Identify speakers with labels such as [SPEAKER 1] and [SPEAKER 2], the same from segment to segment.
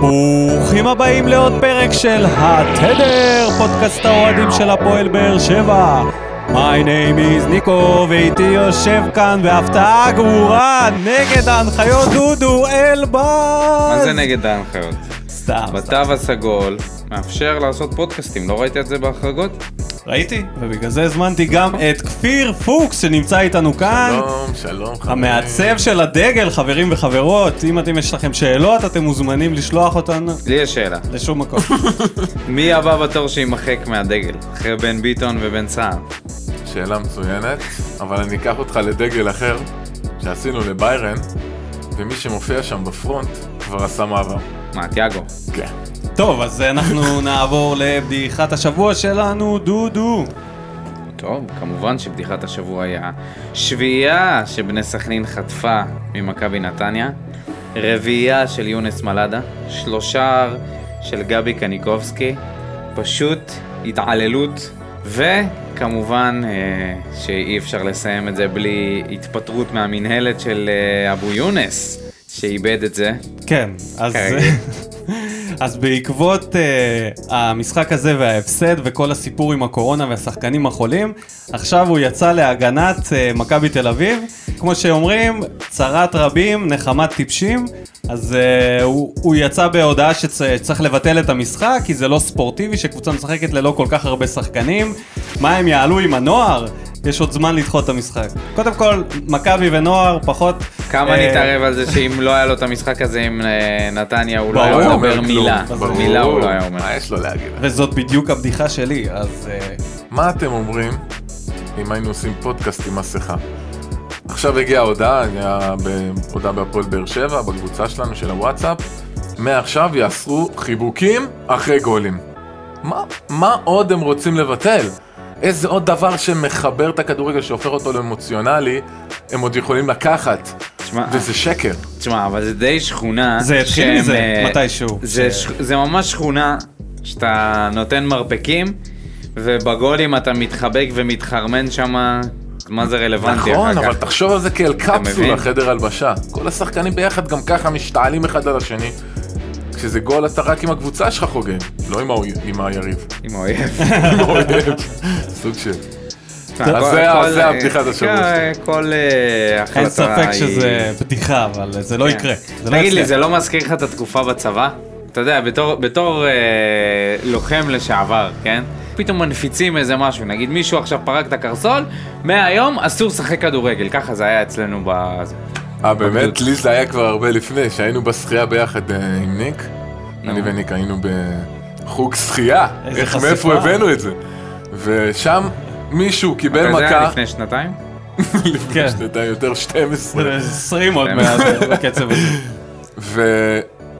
[SPEAKER 1] ברוכים הבאים לעוד פרק של התדר, פודקאסט האוהדים של הפועל באר שבע. My name is ניקו, ואיתי יושב כאן בהפתעה גמורה נגד ההנחיות דודו אלבז.
[SPEAKER 2] מה זה נגד ההנחיות?
[SPEAKER 1] סתם, סתם.
[SPEAKER 2] בתו הסגול מאפשר לעשות פודקאסטים, לא ראית את זה בהחרגות?
[SPEAKER 1] ראיתי, ובגלל זה הזמנתי גם את כפיר פוקס שנמצא איתנו כאן.
[SPEAKER 2] לא.
[SPEAKER 3] שלום, שלום חברים.
[SPEAKER 1] המעצב של הדגל, חברים וחברות, אם אתם יש לכם שאלות, אתם מוזמנים לשלוח אותן
[SPEAKER 2] לי יש שאלה,
[SPEAKER 1] לשום מקום.
[SPEAKER 2] מי הבא בתור שיימחק מהדגל? אחרי בן ביטון ובן סער.
[SPEAKER 3] שאלה מצוינת, אבל אני אקח אותך לדגל אחר שעשינו לביירן, ומי שמופיע שם בפרונט כבר עשה מעבר.
[SPEAKER 2] מה, תיאגו?
[SPEAKER 3] כן.
[SPEAKER 1] טוב, אז אנחנו נעבור לבדיחת השבוע שלנו, דודו.
[SPEAKER 2] טוב, כמובן שבדיחת השבוע היה שביעייה שבני סכנין חטפה ממכבי נתניה, רביעייה של יונס מלאדה, שלושה של גבי קניקובסקי, פשוט התעללות, וכמובן אה, שאי אפשר לסיים את זה בלי התפטרות מהמינהלת של אה, אבו יונס, שאיבד את זה.
[SPEAKER 1] כן, אז,
[SPEAKER 2] כרגיל.
[SPEAKER 1] אז בעקבות אה, המשחק הזה וההפסד וכל הסיפור עם הקורונה והשחקנים החולים, עכשיו הוא יצא להגנת אה, מכבי תל אביב. כמו שאומרים, צרת רבים, נחמת טיפשים. אז uh, הוא, הוא יצא בהודעה שצ- שצריך לבטל את המשחק, כי זה לא ספורטיבי שקבוצה משחקת ללא כל כך הרבה שחקנים. מה הם יעלו עם הנוער? יש עוד זמן לדחות את המשחק. קודם כל, מכבי ונוער פחות...
[SPEAKER 2] כמה
[SPEAKER 1] אה,
[SPEAKER 2] נתערב על זה שאם לא היה לו את המשחק הזה עם אה, נתניה, הוא לא היה
[SPEAKER 1] ברור.
[SPEAKER 2] אומר
[SPEAKER 3] כלום.
[SPEAKER 2] מילה.
[SPEAKER 3] ברור.
[SPEAKER 2] מילה הוא לא היה אומר.
[SPEAKER 3] מה יש לו להגיד?
[SPEAKER 1] וזאת בדיוק הבדיחה שלי, אז... אה,
[SPEAKER 3] מה אתם אומרים אם היינו עושים פודקאסט עם מסכה? עכשיו הגיעה ההודעה, היה ב- הודעה בהפועל באר שבע, בקבוצה שלנו של הוואטסאפ, מעכשיו יאסרו חיבוקים אחרי גולים. מה, מה עוד הם רוצים לבטל? איזה עוד דבר שמחבר את הכדורגל, שהופך אותו לאמוציונלי, הם עוד יכולים לקחת,
[SPEAKER 2] תשמע,
[SPEAKER 3] וזה שקר.
[SPEAKER 2] תשמע, אבל זה די שכונה.
[SPEAKER 1] זה התחיל
[SPEAKER 2] שהם,
[SPEAKER 1] מזה,
[SPEAKER 2] אה,
[SPEAKER 1] מתישהו.
[SPEAKER 2] זה ש- זה ממש שכונה שאתה נותן מרפקים, ובגולים אתה מתחבק ומתחרמן שם, מה זה רלוונטי
[SPEAKER 3] נכון,
[SPEAKER 2] אחר
[SPEAKER 3] אבל
[SPEAKER 2] כך.
[SPEAKER 3] תחשוב על זה כאל
[SPEAKER 2] מבין?
[SPEAKER 3] קפסולה, חדר הלבשה. כל השחקנים ביחד גם ככה משתעלים אחד על השני. כשזה גול אתה רק עם הקבוצה שלך חוגג, לא עם, האוי... עם היריב.
[SPEAKER 2] עם האויב.
[SPEAKER 3] עם האויב. סוג של... אה,
[SPEAKER 2] תשמע,
[SPEAKER 3] אז
[SPEAKER 2] כל-
[SPEAKER 3] זה ה-
[SPEAKER 2] כל- אה,
[SPEAKER 3] זה הבדיחת השבוע
[SPEAKER 2] כן, כל אה, החלטה
[SPEAKER 1] אין ספק
[SPEAKER 2] היא- כן.
[SPEAKER 1] שזה בדיחה, אבל זה לא יקרה. זה לא
[SPEAKER 2] תגיד לי,
[SPEAKER 1] יצליח.
[SPEAKER 2] זה לא מזכיר לך את התקופה בצבא? אתה יודע, בתור, בתור אה, לוחם לשעבר, כן? פתאום מנפיצים איזה משהו, נגיד מישהו עכשיו פרק את הקרסול, מהיום אסור לשחק כדורגל, ככה זה היה אצלנו ב... זה.
[SPEAKER 3] אה באמת? לי זה היה כבר הרבה לפני, שהיינו בשחייה ביחד אה, עם ניק.
[SPEAKER 2] נו.
[SPEAKER 3] אני וניק היינו בחוג שחייה.
[SPEAKER 1] איזה
[SPEAKER 3] איך,
[SPEAKER 1] חשיפה.
[SPEAKER 3] מאיפה הבאנו את זה? ושם מישהו קיבל
[SPEAKER 2] אבל זה היה
[SPEAKER 3] מכה,
[SPEAKER 2] לפני שנתיים?
[SPEAKER 1] כן.
[SPEAKER 3] לפני שנתיים יותר 12.
[SPEAKER 1] זה 20
[SPEAKER 2] כן.
[SPEAKER 1] עוד מעט בקצב הזה.
[SPEAKER 3] ו...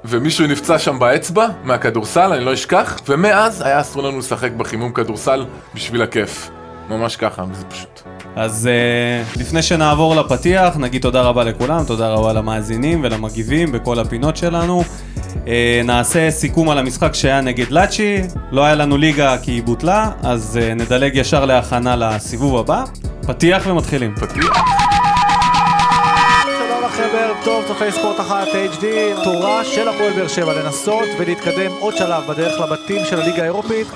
[SPEAKER 3] ומישהו נפצע שם באצבע מהכדורסל, אני לא אשכח, ומאז היה אסור לנו לשחק בחימום כדורסל בשביל הכיף. ממש ככה, זה פשוט.
[SPEAKER 1] אז אה, לפני שנעבור לפתיח, נגיד תודה רבה לכולם, תודה רבה למאזינים ולמגיבים בכל הפינות שלנו. אה, נעשה סיכום על המשחק שהיה נגד לאצ'י, לא היה לנו ליגה כי היא בוטלה, אז אה, נדלג ישר להכנה לסיבוב הבא. פתיח ומתחילים.
[SPEAKER 3] פתיח.
[SPEAKER 4] שלום לכם, ערב טוב, צופי ספורט אחת HD, תורה של הפועל באר שבע לנסות ולהתקדם עוד שלב בדרך לבתים של הליגה האירופית.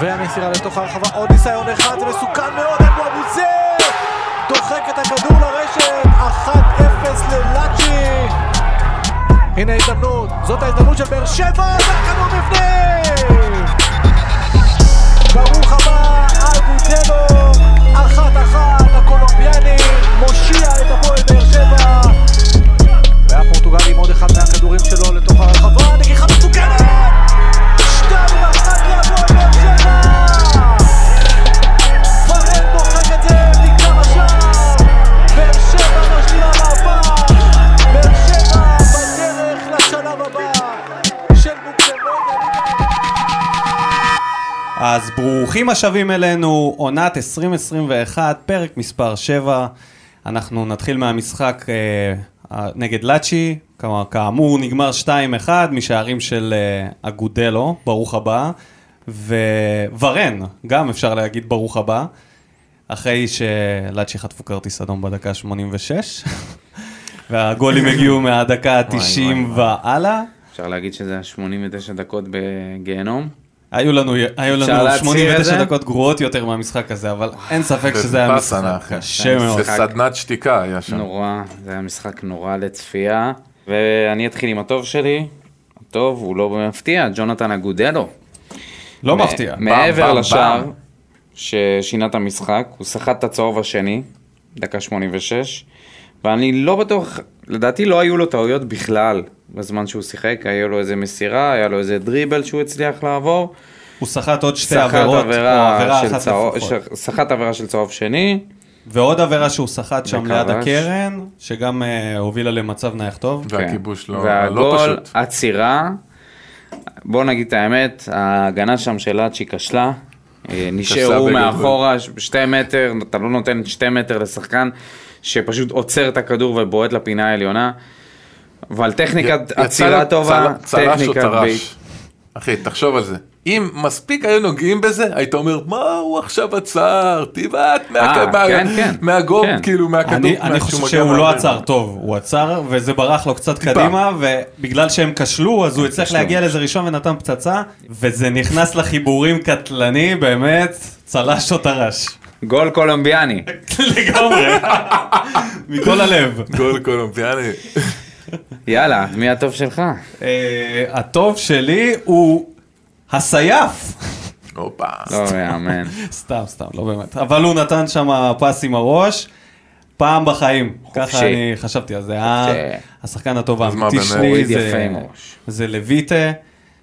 [SPEAKER 4] והמסירה לתוך הרחבה, עוד ניסיון אחד, זה מסוכן מאוד, אבו אבוזר! דוחק את הכדור לרשת, 1-0 ללאצ'י! הנה ההזדמנות, זאת ההזדמנות של באר שבע, והכדור בפנים! ברוך הבא, אלבוטלו, אחת אחת, הקולומביאני, מושיע את הפועל באר שבע. והפורטוגל עם עוד אחד מהכדורים שלו לתוך הרחבה, נגיחה מסוכנת! שתיים אחת להפועל באר שבע! פרל דוחק את זה מכמה השער! באר שבע משלימה מהפך! באר שבע בדרך לשלב הבא של מוקדמות הליגה.
[SPEAKER 1] אז ברוכים השבים אלינו, עונת 2021, פרק מספר 7. אנחנו נתחיל מהמשחק אה, ה- נגד לאצ'י, כלומר, כאמור נגמר 2-1 משערים של אה, אגודלו, ברוך הבא, וורן, גם אפשר להגיד ברוך הבא, אחרי שלאצ'י חטפו כרטיס אדום בדקה 86. והגולים הגיעו מהדקה
[SPEAKER 2] וואי,
[SPEAKER 1] ה-90
[SPEAKER 2] וואי.
[SPEAKER 1] והלאה.
[SPEAKER 2] אפשר להגיד שזה היה 89 דקות בגיהנום.
[SPEAKER 1] היו לנו, היו
[SPEAKER 2] אפשר
[SPEAKER 1] לנו
[SPEAKER 2] להצהיר את
[SPEAKER 1] 89
[SPEAKER 2] זה?
[SPEAKER 1] דקות גרועות יותר מהמשחק הזה, אבל אין ספק שזה היה
[SPEAKER 3] בפאסנה,
[SPEAKER 1] משחק
[SPEAKER 2] כן.
[SPEAKER 3] אחי.
[SPEAKER 1] קשה מאוד.
[SPEAKER 3] זה סדנת שתיקה היה שם.
[SPEAKER 2] נורא, זה היה משחק נורא לצפייה. ואני אתחיל עם הטוב שלי. הטוב, הוא לא מפתיע, ג'ונתן אגודלו.
[SPEAKER 1] לא
[SPEAKER 2] מ-
[SPEAKER 1] מפתיע.
[SPEAKER 2] מעבר
[SPEAKER 3] פעם,
[SPEAKER 2] לשער
[SPEAKER 3] פעם.
[SPEAKER 2] ששינה את המשחק, הוא סחט את הצהוב השני, דקה 86, ואני לא בטוח, לדעתי לא היו לו טעויות בכלל בזמן שהוא שיחק, היה לו איזה מסירה, היה לו איזה דריבל שהוא הצליח לעבור.
[SPEAKER 1] הוא סחט עוד שתי
[SPEAKER 2] סחט
[SPEAKER 1] עבירות, או עבירה
[SPEAKER 2] של
[SPEAKER 1] אחת
[SPEAKER 2] צהוב-
[SPEAKER 1] לפחות.
[SPEAKER 2] ש- סחט עבירה של צהוב שני,
[SPEAKER 1] ועוד עבירה שהוא סחט שם ליד
[SPEAKER 2] וכבש.
[SPEAKER 1] הקרן, שגם אה, הובילה למצב נייח טוב.
[SPEAKER 3] והכיבוש לא- לא
[SPEAKER 2] כן. והגול,
[SPEAKER 3] פשוט.
[SPEAKER 2] עצירה. בואו נגיד את האמת, ההגנה שם של לאצ'י כשלה. אה, נשארו
[SPEAKER 3] בגדול.
[SPEAKER 2] מאחורה, ש- שתי מטר, אתה לא נותן שתי מטר לשחקן שפשוט עוצר את הכדור ובועט לפינה העליונה. אבל טכניקת
[SPEAKER 3] יצא
[SPEAKER 2] עצירה
[SPEAKER 3] לו
[SPEAKER 2] טובה,
[SPEAKER 3] צל- צלש או
[SPEAKER 2] טכניקת
[SPEAKER 3] טרש?
[SPEAKER 2] ביט.
[SPEAKER 3] אחי, תחשוב על זה. אם מספיק היו נוגעים בזה, היית אומר, מה הוא עכשיו עצר? תבעט
[SPEAKER 2] אה,
[SPEAKER 3] מה- מה-
[SPEAKER 2] כן, כן.
[SPEAKER 3] מהגול,
[SPEAKER 2] כן.
[SPEAKER 3] כאילו, מהכדור.
[SPEAKER 1] אני,
[SPEAKER 3] מה-
[SPEAKER 1] אני חושב
[SPEAKER 3] מגיע
[SPEAKER 1] שהוא לא
[SPEAKER 3] מהרגליים.
[SPEAKER 1] עצר טוב, הוא עצר וזה ברח לו קצת קדימה, ובגלל שהם כשלו אז הוא הצליח
[SPEAKER 2] כשלו.
[SPEAKER 1] להגיע לזה ראשון ונתן פצצה, וזה נכנס לחיבורים קטלני, באמת, צלש או טרש.
[SPEAKER 2] גול קולומביאני.
[SPEAKER 1] לגמרי, מכל הלב.
[SPEAKER 3] גול קולומביאני.
[SPEAKER 2] יאללה, מי הטוב שלך?
[SPEAKER 1] אה, הטוב שלי הוא הסייף.
[SPEAKER 3] הופה.
[SPEAKER 2] לא יאמן.
[SPEAKER 1] סתם, סתם, לא באמת. אבל הוא נתן שם פס עם הראש, פעם בחיים. ככה אני חשבתי על זה. ה- השחקן הטוב
[SPEAKER 3] מה,
[SPEAKER 1] האמיתי
[SPEAKER 3] באמת?
[SPEAKER 1] שלי
[SPEAKER 2] הוריד
[SPEAKER 1] זה-
[SPEAKER 2] יפה עם הראש.
[SPEAKER 1] זה לויטה,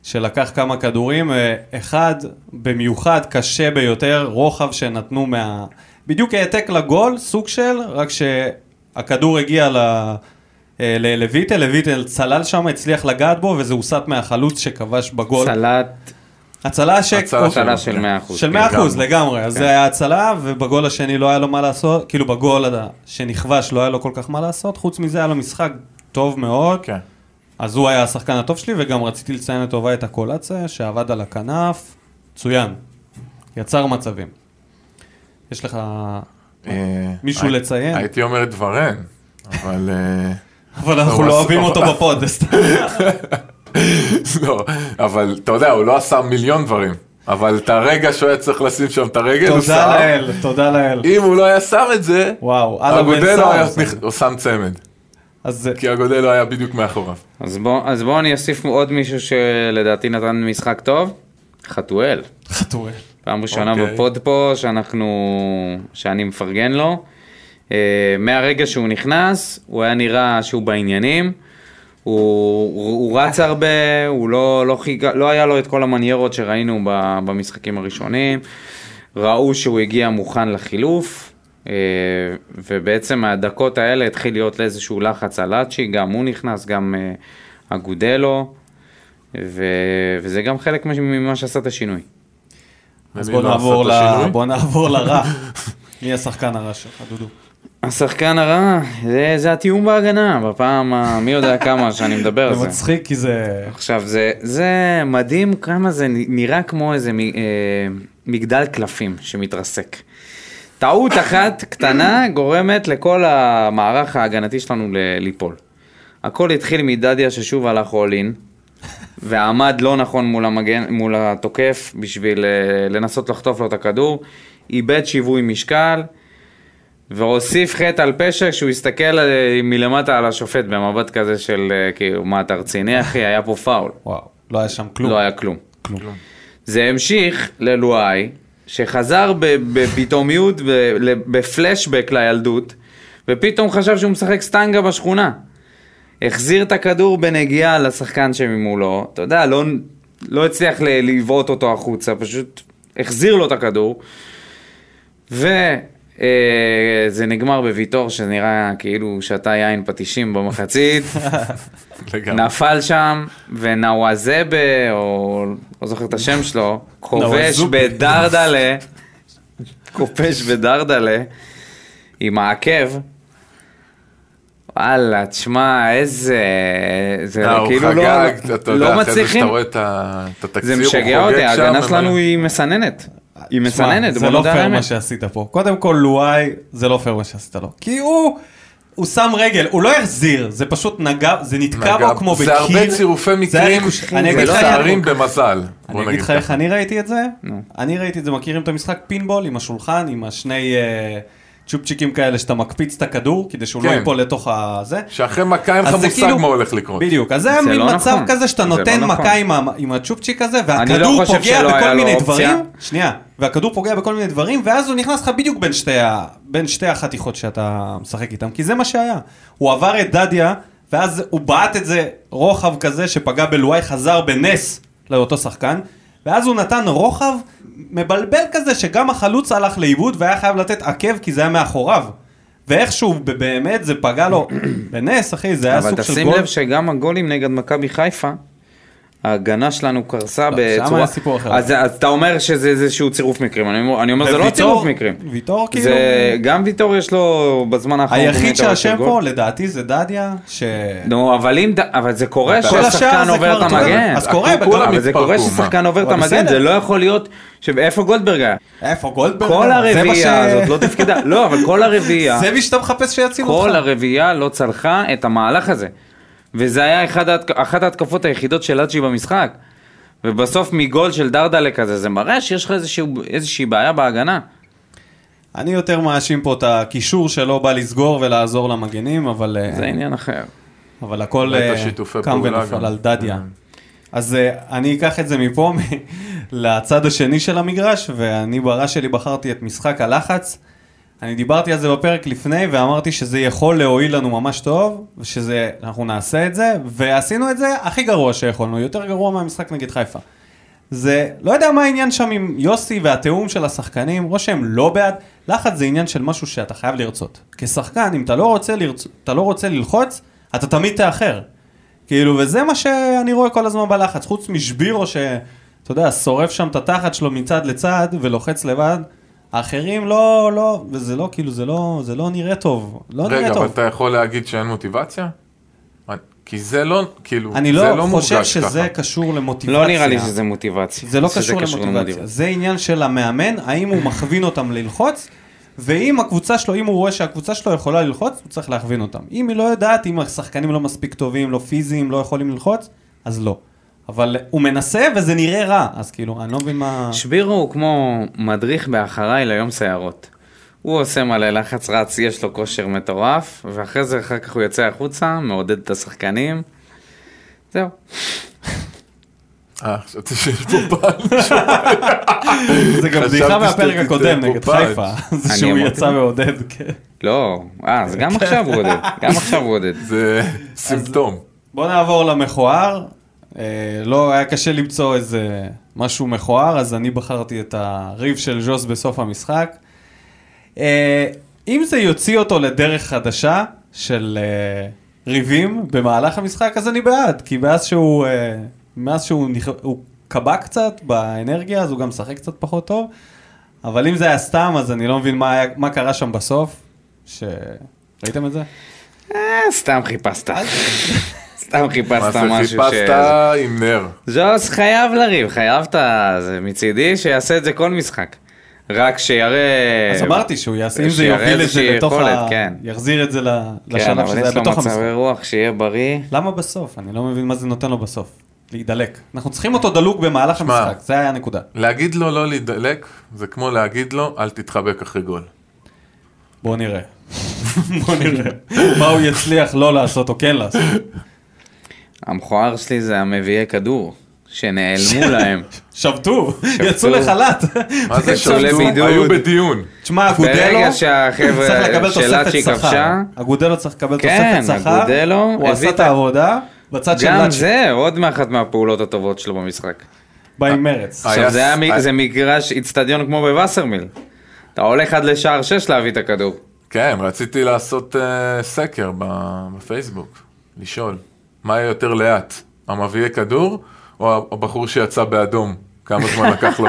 [SPEAKER 1] שלקח כמה כדורים, אה, אחד במיוחד קשה ביותר, רוחב שנתנו מה... בדיוק העתק לגול, סוג של, רק שהכדור הגיע ל... אה, ללויטה, לויטה צלל שם, הצליח לגעת בו, וזה הוסט מהחלוץ שכבש בגול.
[SPEAKER 2] סלט,
[SPEAKER 1] הצלה ש...
[SPEAKER 3] הצלה
[SPEAKER 1] או-
[SPEAKER 2] סלט של 100%.
[SPEAKER 1] של
[SPEAKER 2] כן.
[SPEAKER 1] 100 אחוז לגמרי, אז זה היה הצלה, ובגול השני לא היה לו מה לעשות, כאילו בגול הד- שנכבש לא היה לו כל כך מה לעשות, חוץ מזה היה לו משחק טוב מאוד,
[SPEAKER 3] כן.
[SPEAKER 1] אז הוא היה השחקן הטוב שלי, וגם רציתי לציין לטובה את הקולציה, שעבד על הכנף, מצוין, יצר מצבים. יש לך...
[SPEAKER 3] אה,
[SPEAKER 1] מישהו
[SPEAKER 3] הי-
[SPEAKER 1] לציין?
[SPEAKER 3] הייתי אומר את ורן, אבל... אה,
[SPEAKER 1] אבל אנחנו
[SPEAKER 3] הוא
[SPEAKER 1] לא
[SPEAKER 3] עשה-
[SPEAKER 1] אוהבים אותו בפוד, אז-
[SPEAKER 3] לא, אבל אתה יודע, הוא לא עשה מיליון דברים. אבל את הרגע שהוא היה צריך לשים שם את הרגל, הוא שם.
[SPEAKER 1] תודה לאל, תודה לאל.
[SPEAKER 3] אם הוא לא היה שם את זה,
[SPEAKER 1] וואו,
[SPEAKER 3] אה,
[SPEAKER 1] אללה בן
[SPEAKER 3] אגודלו היה...
[SPEAKER 1] סער.
[SPEAKER 3] נכ- הוא שם צמד.
[SPEAKER 1] אז אה, זה-
[SPEAKER 3] כי אגודלו היה בדיוק מאחוריו.
[SPEAKER 2] אז בואו אז בוא אני אוסיף עוד מישהו שלדעתי נתן משחק טוב, חתואל.
[SPEAKER 1] חתואל.
[SPEAKER 2] פעם ראשונה okay.
[SPEAKER 3] אוקיי.
[SPEAKER 2] בפוד פה שאנחנו, שאני מפרגן לו. Uh, מהרגע שהוא נכנס, הוא היה נראה שהוא בעניינים. הוא, הוא, הוא רץ הרבה, הוא לא, לא, חיג, לא היה לו את כל המניירות שראינו ב, במשחקים הראשונים. ראו שהוא הגיע מוכן לחילוף, אה, ובעצם מהדקות האלה התחיל להיות לאיזשהו לחץ על לאצ'י, גם הוא נכנס, גם אה, אגודלו, ו, וזה גם חלק ממה שעשה את השינוי.
[SPEAKER 1] אז
[SPEAKER 3] ומי
[SPEAKER 1] בוא
[SPEAKER 3] לא עשה את
[SPEAKER 1] נעבור ל-
[SPEAKER 3] השינוי?
[SPEAKER 1] בוא נעבור לרע. מי השחקן הרע שלך, דודו?
[SPEAKER 2] השחקן הרע, זה, זה התיאום בהגנה, בפעם ה... מי יודע כמה שאני מדבר על
[SPEAKER 1] זה
[SPEAKER 2] זה.
[SPEAKER 1] מצחיק כי זה...
[SPEAKER 2] עכשיו, זה, זה מדהים כמה זה נראה כמו איזה מ, אה, מגדל קלפים שמתרסק. טעות אחת קטנה גורמת לכל המערך ההגנתי שלנו ל- ליפול. הכל התחיל מדדיה ששוב הלך אולין, ועמד לא נכון מול, המגן, מול התוקף בשביל אה, לנסות לחטוף לו את הכדור, איבד שיווי משקל, והוסיף חטא על פשע כשהוא הסתכל אה, מלמטה על השופט במבט כזה של אה, כאילו מה אתה רציני אחי היה פה פאול.
[SPEAKER 1] וואו, לא היה שם כלום.
[SPEAKER 2] לא היה כלום.
[SPEAKER 1] כלום.
[SPEAKER 2] זה המשיך ללואי שחזר ב- בפתאומיות ב- ל- בפלשבק לילדות ופתאום חשב שהוא משחק סטנגה בשכונה. החזיר את הכדור בנגיעה לשחקן שממולו, אתה יודע, לא, לא הצליח ל- לבעוט אותו החוצה, פשוט החזיר לו את הכדור. וזה נגמר בוויטור, שנראה כאילו שתה יין פטישים במחצית,
[SPEAKER 3] לגמרי.
[SPEAKER 2] נפל שם, ונוואזבה, או לא זוכר את השם שלו, כובש
[SPEAKER 1] נוואזובי.
[SPEAKER 2] בדרדלה, כובש בדרדלה, עם העקב. וואלה, תשמע, איזה... זה
[SPEAKER 3] אה, הוא
[SPEAKER 2] כאילו לא...
[SPEAKER 3] חגג, אתה יודע,
[SPEAKER 2] לא
[SPEAKER 3] אחרי זה
[SPEAKER 2] מצליחים.
[SPEAKER 3] שאתה רואה את ה- את התקציר,
[SPEAKER 2] זה
[SPEAKER 3] הוא
[SPEAKER 2] משגע
[SPEAKER 3] חוגג
[SPEAKER 2] אותי,
[SPEAKER 3] שם,
[SPEAKER 2] ההגנה
[SPEAKER 3] אבל-
[SPEAKER 2] שלנו היא מסננת. היא
[SPEAKER 1] תשמע,
[SPEAKER 2] מסננת,
[SPEAKER 1] זה
[SPEAKER 2] בוא
[SPEAKER 1] לא
[SPEAKER 2] נדע על
[SPEAKER 1] פייר מה
[SPEAKER 2] האמת.
[SPEAKER 1] שעשית פה. קודם כל, לואי, זה לא פייר מה שעשית לו. כי הוא, הוא שם רגל, הוא לא החזיר, זה פשוט נגע, זה נתקע
[SPEAKER 3] נגע-
[SPEAKER 1] בו כמו בקיר.
[SPEAKER 3] זה הרבה צירופי
[SPEAKER 1] זה היה
[SPEAKER 3] מקרים
[SPEAKER 1] ריקוש- אני אגיד לך
[SPEAKER 3] מצערים
[SPEAKER 1] איך-
[SPEAKER 3] במזל. בוא
[SPEAKER 1] אני
[SPEAKER 3] נגיד
[SPEAKER 1] אגיד לך איך אני ראיתי את זה,
[SPEAKER 2] נו.
[SPEAKER 1] אני ראיתי את זה, מכירים את המשחק פינבול עם השולחן, עם השני אה, צ'ופצ'יקים כאלה שאתה מקפיץ את הכדור כדי שהוא לא
[SPEAKER 3] כן.
[SPEAKER 1] ייפול לתוך הזה.
[SPEAKER 3] שאחרי מכה אין לך
[SPEAKER 1] אז זה
[SPEAKER 3] מושג
[SPEAKER 1] כאילו-
[SPEAKER 3] מה הולך לקרות.
[SPEAKER 1] בדיוק, אז זה היה
[SPEAKER 2] זה
[SPEAKER 1] מין
[SPEAKER 2] לא
[SPEAKER 1] מצב
[SPEAKER 2] נכון.
[SPEAKER 1] כזה שאתה
[SPEAKER 2] זה
[SPEAKER 1] נותן
[SPEAKER 2] לא נכון.
[SPEAKER 1] מכה עם ה- עם הצ'ופצ'יק הזה,
[SPEAKER 2] אני לא
[SPEAKER 1] והכדור
[SPEAKER 2] חושב
[SPEAKER 1] פוגע
[SPEAKER 2] שלא היה
[SPEAKER 1] בכל
[SPEAKER 2] לו
[SPEAKER 1] מיני
[SPEAKER 2] אופציה.
[SPEAKER 1] דברים, שנייה, והכדור פוגע בכל מיני דברים, ואז הוא נכנס לך בדיוק בין שתי ה- בין שתי החתיכות שאתה משחק איתם, כי זה מה שהיה. הוא עבר את דדיה, ואז הוא בעט את זה רוחב כזה שפגע בלואי, חזר בנס לאותו שחקן, ואז הוא נתן רוחב מבלבל כזה שגם החלוץ הלך לאיבוד והיה חייב לתת עקב כי זה היה מאחוריו. ואיכשהו ב- באמת זה פגע לו בנס, אחי, זה היה
[SPEAKER 2] אבל
[SPEAKER 1] סוג של גול.
[SPEAKER 2] תשים לב שגם הגולים נגד מכבי חיפה, ההגנה שלנו קרסה
[SPEAKER 1] לא,
[SPEAKER 2] בצורה...
[SPEAKER 1] שם היה סיפור אחר.
[SPEAKER 2] אז, אז אתה אומר שזה איזשהו צירוף מקרים, אני אומר, אני אומר זה לא
[SPEAKER 1] וויטור-
[SPEAKER 2] צירוף מקרים.
[SPEAKER 1] ויטור כאילו...
[SPEAKER 2] זה גם ויטור יש לו בזמן האחרון...
[SPEAKER 1] היחיד
[SPEAKER 2] באמת הרבה
[SPEAKER 1] שאשם
[SPEAKER 2] גול.
[SPEAKER 1] פה לדעתי זה דדיה, ש...
[SPEAKER 2] נו, אבל אם... ד- אבל זה קורה
[SPEAKER 1] כל השאר
[SPEAKER 2] שהשחקן
[SPEAKER 1] זה
[SPEAKER 2] עובר
[SPEAKER 1] כבר,
[SPEAKER 2] את
[SPEAKER 1] אתה יודע,
[SPEAKER 2] המגן.
[SPEAKER 1] אז קורה,
[SPEAKER 3] הכל-
[SPEAKER 1] בטוח.
[SPEAKER 2] אבל זה
[SPEAKER 3] מתפרקו,
[SPEAKER 2] קורה
[SPEAKER 3] מה?
[SPEAKER 2] ששחקן עובר את
[SPEAKER 1] אבל
[SPEAKER 2] המגן,
[SPEAKER 1] בסדר.
[SPEAKER 2] זה לא יכול להיות... ש- איפה גולדברג היה?
[SPEAKER 1] איפה גולדברג?
[SPEAKER 2] כל
[SPEAKER 1] זה מה
[SPEAKER 2] הרביעייה
[SPEAKER 1] ש-
[SPEAKER 2] הזאת לא תפקדה. לא, אבל כל הרביעייה...
[SPEAKER 1] זה מי שאתה מחפש שיציל אותך.
[SPEAKER 2] כל הרביעייה לא צלחה את המהלך הזה. וזה היה אחד ההתק... אחת ההתקפות היחידות של אג'י במשחק. ובסוף מגול של דרדלה כזה, זה מראה שיש לך איזשהו, איזושהי בעיה בהגנה.
[SPEAKER 1] אני יותר מאשים פה את הקישור שלא בא לסגור ולעזור למגנים, אבל... אה,
[SPEAKER 2] זה עניין אחר.
[SPEAKER 1] אבל הכל
[SPEAKER 3] ואת
[SPEAKER 1] אה,
[SPEAKER 3] השיתופי
[SPEAKER 1] קם
[SPEAKER 3] פעולה גם.
[SPEAKER 1] ונפל על דדיה.
[SPEAKER 2] כן.
[SPEAKER 1] אז אה, אני אקח את זה מפה מ- לצד השני של המגרש, ואני ברש שלי בחרתי את משחק הלחץ. אני דיברתי על זה בפרק לפני, ואמרתי שזה יכול להועיל לנו ממש טוב, שאנחנו נעשה את זה, ועשינו את זה הכי גרוע שיכולנו, יותר גרוע מהמשחק נגד חיפה. זה, לא יודע מה העניין שם עם יוסי והתיאום של השחקנים, או שהם לא בעד, לחץ זה עניין של משהו שאתה חייב לרצות. כשחקן, אם אתה לא רוצה, לרצ... אתה לא רוצה ללחוץ, אתה תמיד תאחר. כאילו, וזה מה שאני רואה כל הזמן בלחץ, חוץ משבירו ש... אתה יודע, שורף שם את התחת שלו מצד לצד ולוחץ לבד. האחרים לא, לא, וזה לא, כאילו, זה לא, זה לא נראה טוב. לא
[SPEAKER 3] רגע,
[SPEAKER 1] נראה
[SPEAKER 3] אבל
[SPEAKER 1] טוב.
[SPEAKER 3] אתה יכול להגיד שאין מוטיבציה? כי זה לא, כאילו,
[SPEAKER 1] אני
[SPEAKER 3] זה
[SPEAKER 1] לא,
[SPEAKER 3] לא
[SPEAKER 1] חושב
[SPEAKER 3] מורגש
[SPEAKER 1] שזה
[SPEAKER 3] ככה.
[SPEAKER 1] קשור למוטיבציה.
[SPEAKER 2] לא נראה לי שזה מוטיבציה.
[SPEAKER 1] זה לא
[SPEAKER 2] שזה
[SPEAKER 1] קשור למוטיבציה, זה עניין של המאמן, האם הוא מכווין אותם ללחוץ, ואם הקבוצה שלו, אם הוא רואה שהקבוצה שלו יכולה ללחוץ, הוא צריך להכווין אותם. אם היא לא יודעת, אם השחקנים לא מספיק טובים, לא פיזיים, לא יכולים ללחוץ, אז לא. אבל הוא מנסה וזה נראה רע, אז כאילו, אני לא מבין מה...
[SPEAKER 2] שבירו הוא כמו מדריך באחריי ליום סיירות. הוא עושה מלא לחץ רץ, יש לו כושר מטורף, ואחרי זה, אחר כך הוא יוצא החוצה, מעודד את השחקנים. זהו.
[SPEAKER 3] אה, חשבתי שיש פה פעם.
[SPEAKER 1] זה גם
[SPEAKER 3] חשבתי
[SPEAKER 1] בדיחה
[SPEAKER 3] שאתה
[SPEAKER 1] מהפרק
[SPEAKER 3] תיתן
[SPEAKER 1] הקודם
[SPEAKER 3] פה
[SPEAKER 1] נגד
[SPEAKER 3] פאנץ'.
[SPEAKER 1] חיפה, זה
[SPEAKER 2] אני
[SPEAKER 1] שהוא
[SPEAKER 2] אמרתי
[SPEAKER 1] יצא ועודד, כן.
[SPEAKER 2] לא, אה, אז גם עכשיו הוא עודד, גם עכשיו הוא עודד.
[SPEAKER 3] זה סימפטום.
[SPEAKER 1] בוא נעבור למכוער. אה, לא, היה קשה למצוא איזה משהו מכוער, אז אני בחרתי את הריב של ז'וס בסוף המשחק. אה, אם זה יוציא אותו לדרך חדשה של אה, ריבים במהלך המשחק, אז אני בעד, כי מאז שהוא, אה, מאז שהוא נכ... הוא קבע קצת באנרגיה, אז הוא גם משחק קצת פחות טוב. אבל אם זה היה סתם, אז אני לא מבין מה, היה, מה קרה שם בסוף. ש... ראיתם את זה?
[SPEAKER 2] אה, סתם חיפשת. סתם
[SPEAKER 3] מה
[SPEAKER 2] חיפשת
[SPEAKER 3] זה
[SPEAKER 2] משהו ש...
[SPEAKER 3] חיפשת עם נר.
[SPEAKER 2] ז'וס חייב לריב, חייב את ה... זה מצידי שיעשה את זה כל משחק. רק שיראה...
[SPEAKER 1] אז אמרתי שהוא יעשה, אם זה
[SPEAKER 2] אה, שיראה
[SPEAKER 1] יוביל את זה
[SPEAKER 2] איזושהי
[SPEAKER 1] לתוך
[SPEAKER 2] יכולת,
[SPEAKER 1] ה...
[SPEAKER 2] כן.
[SPEAKER 1] יחזיר את זה ל-
[SPEAKER 2] כן,
[SPEAKER 1] לשלב
[SPEAKER 2] אבל
[SPEAKER 1] שזה היה
[SPEAKER 2] יש לו
[SPEAKER 1] בתוך
[SPEAKER 2] מצבי
[SPEAKER 1] המשחק.
[SPEAKER 2] רוח, שיהיה בריא.
[SPEAKER 1] למה בסוף? אני לא מבין מה זה נותן לו בסוף. להידלק. אנחנו צריכים אותו דלוק במהלך
[SPEAKER 3] שמע.
[SPEAKER 1] המשחק, זה היה הנקודה.
[SPEAKER 3] להגיד לו לא להידלק, זה כמו להגיד לו, אל תתחבק אחרי גול.
[SPEAKER 1] בואו נראה. בואו נראה. מה הוא יצליח לא לעשות או כן לעשות.
[SPEAKER 2] המכוער שלי זה המביאי כדור, שנעלמו להם.
[SPEAKER 1] שבתו, יצאו לחל"ת.
[SPEAKER 3] מה זה
[SPEAKER 2] יצאו
[SPEAKER 3] שבתו?
[SPEAKER 2] לבידוד.
[SPEAKER 3] היו בדיון.
[SPEAKER 1] תשמע,
[SPEAKER 2] ברגע
[SPEAKER 1] אגודלו צריך
[SPEAKER 2] שהחבר'ה
[SPEAKER 1] לקבל
[SPEAKER 2] שלאצ'י
[SPEAKER 1] תוספת
[SPEAKER 2] כבשה,
[SPEAKER 1] שכר. אגודלו צריך לקבל
[SPEAKER 2] כן,
[SPEAKER 1] תוספת שכר.
[SPEAKER 2] אגודלו
[SPEAKER 1] הוא
[SPEAKER 2] הביא
[SPEAKER 1] עשה
[SPEAKER 2] את
[SPEAKER 1] את
[SPEAKER 2] ה-
[SPEAKER 1] העבודה בצד של
[SPEAKER 2] גם
[SPEAKER 1] לאצ'י.
[SPEAKER 2] זה עוד מאחת מהפעולות הטובות שלו במשחק.
[SPEAKER 1] בא עם מרץ.
[SPEAKER 3] אה,
[SPEAKER 2] עכשיו
[SPEAKER 3] היה-
[SPEAKER 2] זה היה מ-
[SPEAKER 3] אה-
[SPEAKER 2] זה מגרש, איצטדיון כמו בווסרמיל. אתה הולך עד לשער 6 להביא את הכדור.
[SPEAKER 3] כן, רציתי לעשות אה, סקר ב- בפייסבוק, לשאול, מה יהיה יותר לאט, המביאי כדור או הבחור שיצא באדום? כמה זמן לקח לו?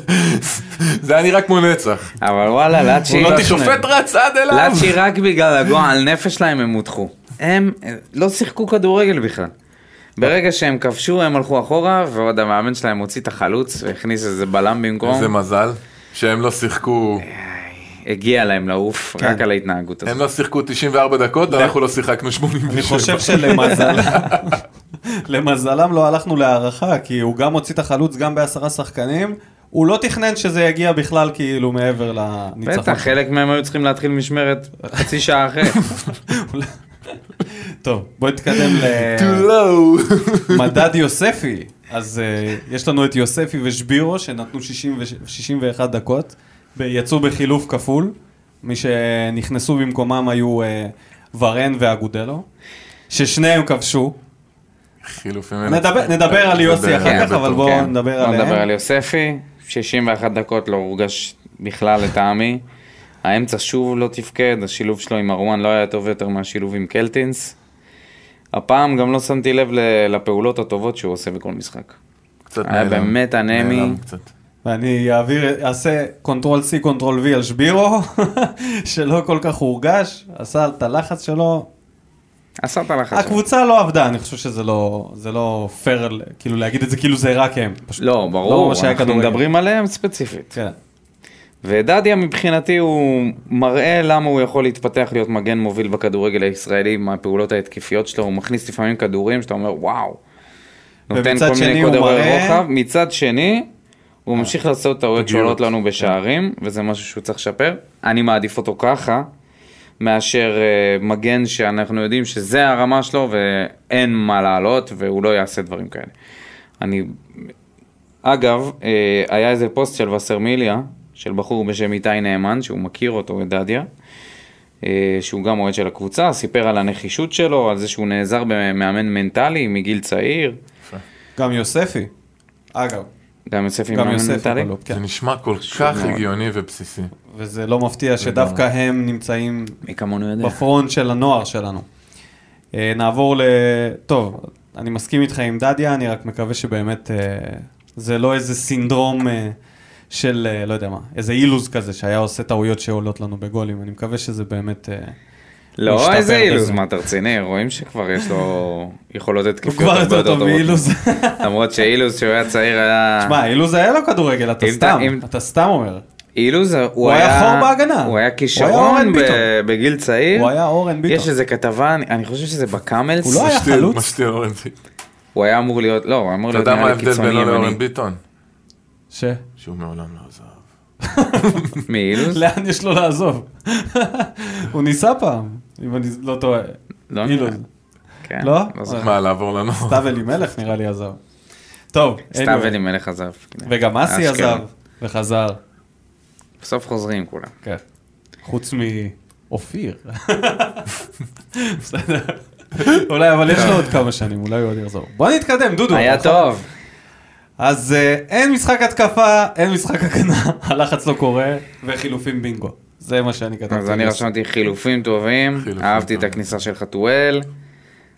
[SPEAKER 3] זה היה נראה כמו נצח.
[SPEAKER 2] אבל וואלה,
[SPEAKER 1] לא
[SPEAKER 2] לאצ'י,
[SPEAKER 3] השופט רץ עד אליו.
[SPEAKER 2] לאצ'י רק בגלל הגועל נפש שלהם הם הודחו. הם אה, לא שיחקו כדורגל בכלל. ברגע שהם כבשו הם הלכו אחורה, ועוד המאמן שלהם הוציא את החלוץ והכניס איזה בלם במקום.
[SPEAKER 3] איזה מזל שהם לא שיחקו
[SPEAKER 2] הגיע להם לעוף רק על ההתנהגות
[SPEAKER 3] הם
[SPEAKER 2] הזאת.
[SPEAKER 3] לא שיחקו 94 דקות, אנחנו לא שיחקנו 87.
[SPEAKER 1] אני חושב שלמזלם למזלם לא הלכנו להערכה, כי הוא גם הוציא את החלוץ גם בעשרה שחקנים, הוא לא תכנן שזה יגיע בכלל כאילו מעבר לניצחון.
[SPEAKER 2] בטח, חלק מהם היו צריכים להתחיל משמרת חצי שעה אחרי.
[SPEAKER 1] טוב, בוא נתקדם
[SPEAKER 3] too low.
[SPEAKER 1] למדד יוספי. אז אה, יש לנו את יוספי ושבירו, שנתנו 60 ו- 61 דקות, ב- יצאו בחילוף כפול. מי שנכנסו במקומם היו אה, ורן ואגודלו, ששניהם כבשו.
[SPEAKER 3] חילופים.
[SPEAKER 1] נדבר- נדבר על יוסי אחר
[SPEAKER 2] כן,
[SPEAKER 1] כך, אבל בואו
[SPEAKER 2] כן.
[SPEAKER 1] נדבר
[SPEAKER 2] בוא
[SPEAKER 1] עליהם.
[SPEAKER 2] נדבר על יוספי, 61 דקות לא הורגש בכלל לטעמי. האמצע שוב לא תפקד, השילוב שלו עם ארואן לא היה טוב יותר מהשילוב עם קלטינס. הפעם גם לא שמתי לב ל- לפעולות הטובות שהוא עושה בכל משחק.
[SPEAKER 3] קצת
[SPEAKER 1] אה,
[SPEAKER 2] היה
[SPEAKER 3] נעלם.
[SPEAKER 2] באמת אנמי.
[SPEAKER 3] נעלם קצת.
[SPEAKER 1] ואני אעביר, אעשה קונטרול C, קונטרול V על שבירו, שלא כל כך הורגש, עשה את הלחץ שלו.
[SPEAKER 2] עשה את הלחץ. שלו.
[SPEAKER 1] הקבוצה לא עבדה, אני חושב שזה לא, זה לא פייר, כאילו להגיד את זה כאילו זה רק הם. פשוט
[SPEAKER 2] לא,
[SPEAKER 1] לא
[SPEAKER 2] ברור,
[SPEAKER 1] ממש היה
[SPEAKER 2] אנחנו
[SPEAKER 1] כדורגל.
[SPEAKER 2] מדברים עליהם ספציפית.
[SPEAKER 1] כן.
[SPEAKER 2] ודדיה מבחינתי הוא מראה למה הוא יכול להתפתח להיות מגן מוביל בכדורגל הישראלי עם הפעולות ההתקפיות שלו, הוא מכניס לפעמים כדורים שאתה אומר וואו. נותן
[SPEAKER 1] ומצד
[SPEAKER 2] כל
[SPEAKER 1] שני
[SPEAKER 2] מיני
[SPEAKER 1] הוא
[SPEAKER 2] כדורי
[SPEAKER 1] מראה-
[SPEAKER 2] רוחב, מצד שני הוא ממשיך לעשות טעויות
[SPEAKER 3] בדיוק.
[SPEAKER 2] שעולות לנו בשערים וזה משהו שהוא צריך לשפר. אני מעדיף אותו ככה מאשר אה, מגן שאנחנו יודעים שזה הרמה שלו ואין מה לעלות והוא לא יעשה דברים כאלה. אני אגב, אה, היה איזה פוסט של וסרמיליה, של בחור בשם איתי נאמן, שהוא מכיר אותו, את דדיה, אה, שהוא גם אוהד של הקבוצה, סיפר על הנחישות שלו, על זה שהוא נעזר במאמן מנטלי מגיל צעיר,
[SPEAKER 1] גם יוספי, אגב,
[SPEAKER 2] גם יוסף עם
[SPEAKER 1] גם
[SPEAKER 2] מאמן
[SPEAKER 1] יוספי
[SPEAKER 2] מנטלי.
[SPEAKER 1] בלופ,
[SPEAKER 3] זה
[SPEAKER 1] כן.
[SPEAKER 3] נשמע כל כך
[SPEAKER 2] מאוד.
[SPEAKER 3] הגיוני ובסיסי.
[SPEAKER 1] וזה לא מפתיע שדווקא הם נמצאים
[SPEAKER 2] מי כמונו יודע.
[SPEAKER 1] בפרונט של הנוער שלנו. אה, נעבור ל... טוב, אני מסכים איתך עם דדיה, אני רק מקווה שבאמת אה, זה לא איזה סינדרום אה, של, אה, לא יודע מה, איזה אילוז כזה שהיה עושה טעויות שעולות לנו בגולים, אני מקווה שזה באמת... אה, הוא
[SPEAKER 2] לא
[SPEAKER 1] השתפר
[SPEAKER 2] איזה אילוז,
[SPEAKER 1] בזה.
[SPEAKER 2] מה אתה רציני, רואים שכבר יש לו יכולות
[SPEAKER 1] הוא
[SPEAKER 2] התקפיות.
[SPEAKER 1] כבר
[SPEAKER 2] הרבה
[SPEAKER 1] יותר טוב
[SPEAKER 2] טובות.
[SPEAKER 1] מאילוז.
[SPEAKER 2] למרות שאילוז כשהוא היה צעיר היה...
[SPEAKER 1] שמע, אילוז היה לו כדורגל, אתה
[SPEAKER 2] אם אתה-
[SPEAKER 1] סתם,
[SPEAKER 2] אם-
[SPEAKER 1] אתה סתם אומר.
[SPEAKER 2] אילוז הוא
[SPEAKER 1] היה חור בהגנה.
[SPEAKER 2] הוא
[SPEAKER 1] הוא
[SPEAKER 2] היה
[SPEAKER 1] היה אורן
[SPEAKER 2] כישרון ב-
[SPEAKER 1] ביטון.
[SPEAKER 2] בגיל צעיר.
[SPEAKER 1] הוא היה אורן ביטון.
[SPEAKER 2] כן. יש איזה כתבה, אני- אני חושב שזה בקאמלס.
[SPEAKER 1] הוא לא היה
[SPEAKER 3] משתיל-
[SPEAKER 1] חלוץ?
[SPEAKER 3] משתיל אורן ביטון.
[SPEAKER 2] הוא היה אמור להיות, לא, הוא היה אמור
[SPEAKER 3] אתה
[SPEAKER 2] להיות
[SPEAKER 3] יודע מה
[SPEAKER 2] נראה לי
[SPEAKER 3] ההבדל
[SPEAKER 2] קיצוני
[SPEAKER 3] בינו
[SPEAKER 2] ימני.
[SPEAKER 3] לאורן ביטון?
[SPEAKER 1] ש...
[SPEAKER 3] שהוא מעולם לא עזב.
[SPEAKER 2] מאילוז?
[SPEAKER 1] לאן יש לו לעזוב? הוא ניסה פעם, אם אני לא טועה.
[SPEAKER 2] לא
[SPEAKER 1] אילוז.
[SPEAKER 2] נראה. כן,
[SPEAKER 1] לא?
[SPEAKER 2] זוכר.
[SPEAKER 3] מה, לעבור לנו?
[SPEAKER 1] סתיו אלימלך נראה לי עזב. טוב,
[SPEAKER 2] סתיו
[SPEAKER 1] anyway.
[SPEAKER 2] אלימלך עזב.
[SPEAKER 1] וגם אסי
[SPEAKER 2] אשכרה.
[SPEAKER 1] עזב, וחזר,
[SPEAKER 2] בסוף חוזרים כולם.
[SPEAKER 1] כן. חוץ מאופיר. בסדר. אולי, אבל יש לו עוד כמה שנים, אולי הוא עוד יחזור. בוא נתקדם, דודו.
[SPEAKER 2] היה
[SPEAKER 1] נכון?
[SPEAKER 2] טוב.
[SPEAKER 1] אז אה, אין משחק התקפה, אין משחק הגנה, הלחץ לא קורה, וחילופים בינגו. זה מה שאני כתבתי.
[SPEAKER 2] אז אני רשמתי חילופים טובים,
[SPEAKER 3] אוקיי, חילופים
[SPEAKER 2] אהבתי את
[SPEAKER 3] טובים.
[SPEAKER 2] הכניסה של חתואל,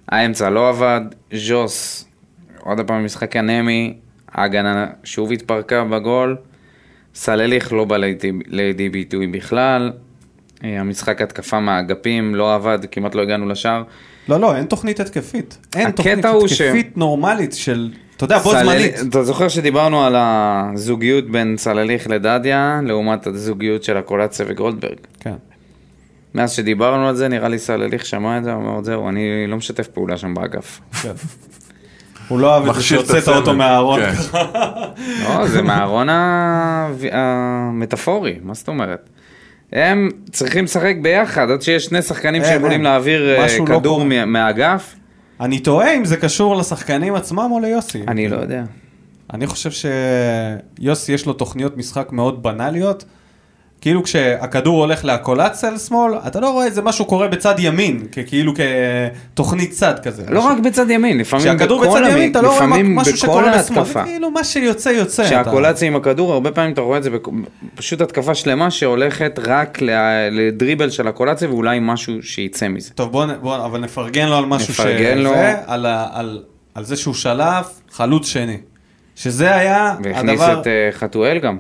[SPEAKER 2] האמצע לא עבד, ז'וס, עוד פעם משחק אנמי, ההגנה שוב התפרקה בגול, סלליך לא בא לידי, לידי ביטוי בכלל, אה, המשחק התקפה מהאגפים לא עבד, כמעט לא הגענו לשער,
[SPEAKER 1] לא, לא, אין תוכנית התקפית. אין
[SPEAKER 2] הקטע
[SPEAKER 1] תוכנית
[SPEAKER 2] הוא
[SPEAKER 1] התקפית נורמלית של, אתה יודע, בו
[SPEAKER 2] סללי-
[SPEAKER 1] זמנית.
[SPEAKER 2] אתה זוכר שדיברנו על הזוגיות בין סלליך לדדיה, לעומת הזוגיות של הקולציה וגולדברג.
[SPEAKER 1] כן.
[SPEAKER 2] מאז שדיברנו על זה, נראה לי סלליך שמע את זה, אמר, זהו, אני לא משתף פעולה שם באגף.
[SPEAKER 1] כן. הוא לא אהב את זה
[SPEAKER 3] מכשיר את
[SPEAKER 1] שהוצאת אותו
[SPEAKER 3] הצמד.
[SPEAKER 1] מהארון.
[SPEAKER 3] כן.
[SPEAKER 2] לא, זה מהארון ה- המטאפורי, מה זאת אומרת? הם צריכים לשחק ביחד, עד שיש שני שחקנים
[SPEAKER 1] אין,
[SPEAKER 2] שיכולים
[SPEAKER 1] אין.
[SPEAKER 2] להעביר אה,
[SPEAKER 1] משהו לא
[SPEAKER 2] כדור
[SPEAKER 1] קורה.
[SPEAKER 2] מה- מהאגף,
[SPEAKER 1] אני תוהה אם זה קשור לשחקנים עצמם או ליוסי.
[SPEAKER 2] אני לא יודע.
[SPEAKER 1] אני חושב שיוסי יש לו תוכניות משחק מאוד בנאליות. כאילו כשהכדור הולך לאקולציה לשמאל, אתה לא רואה איזה משהו קורה בצד ימין, כאילו כתוכנית צד כזה.
[SPEAKER 2] לא רק בצד ימין, לפעמים
[SPEAKER 1] כשהכדור
[SPEAKER 2] בכל
[SPEAKER 1] בצד ימין
[SPEAKER 2] המין-
[SPEAKER 1] אתה לא רואה
[SPEAKER 2] לפעמים
[SPEAKER 1] משהו
[SPEAKER 2] בכל
[SPEAKER 1] שקורה בשמאל, זה
[SPEAKER 2] ההתקפה.
[SPEAKER 1] כאילו מה שיוצא יוצא. אתה-
[SPEAKER 2] כשהקולציה עם הכדור, הרבה פעמים אתה רואה את זה, בכ- פשוט התקפה שלמה שהולכת רק ל- לדריבל של הקולציה ואולי משהו שיצא מזה.
[SPEAKER 1] טוב, בוא, נ- בוא, אבל נפרגן לו על משהו
[SPEAKER 2] נפרגן
[SPEAKER 1] ש...
[SPEAKER 2] לו.
[SPEAKER 1] זה, על, ה- על, על זה שהוא שלף חלוץ שני. שזה היה
[SPEAKER 2] והכניס אה,
[SPEAKER 1] הדבר...
[SPEAKER 2] את אה, חתואל גם.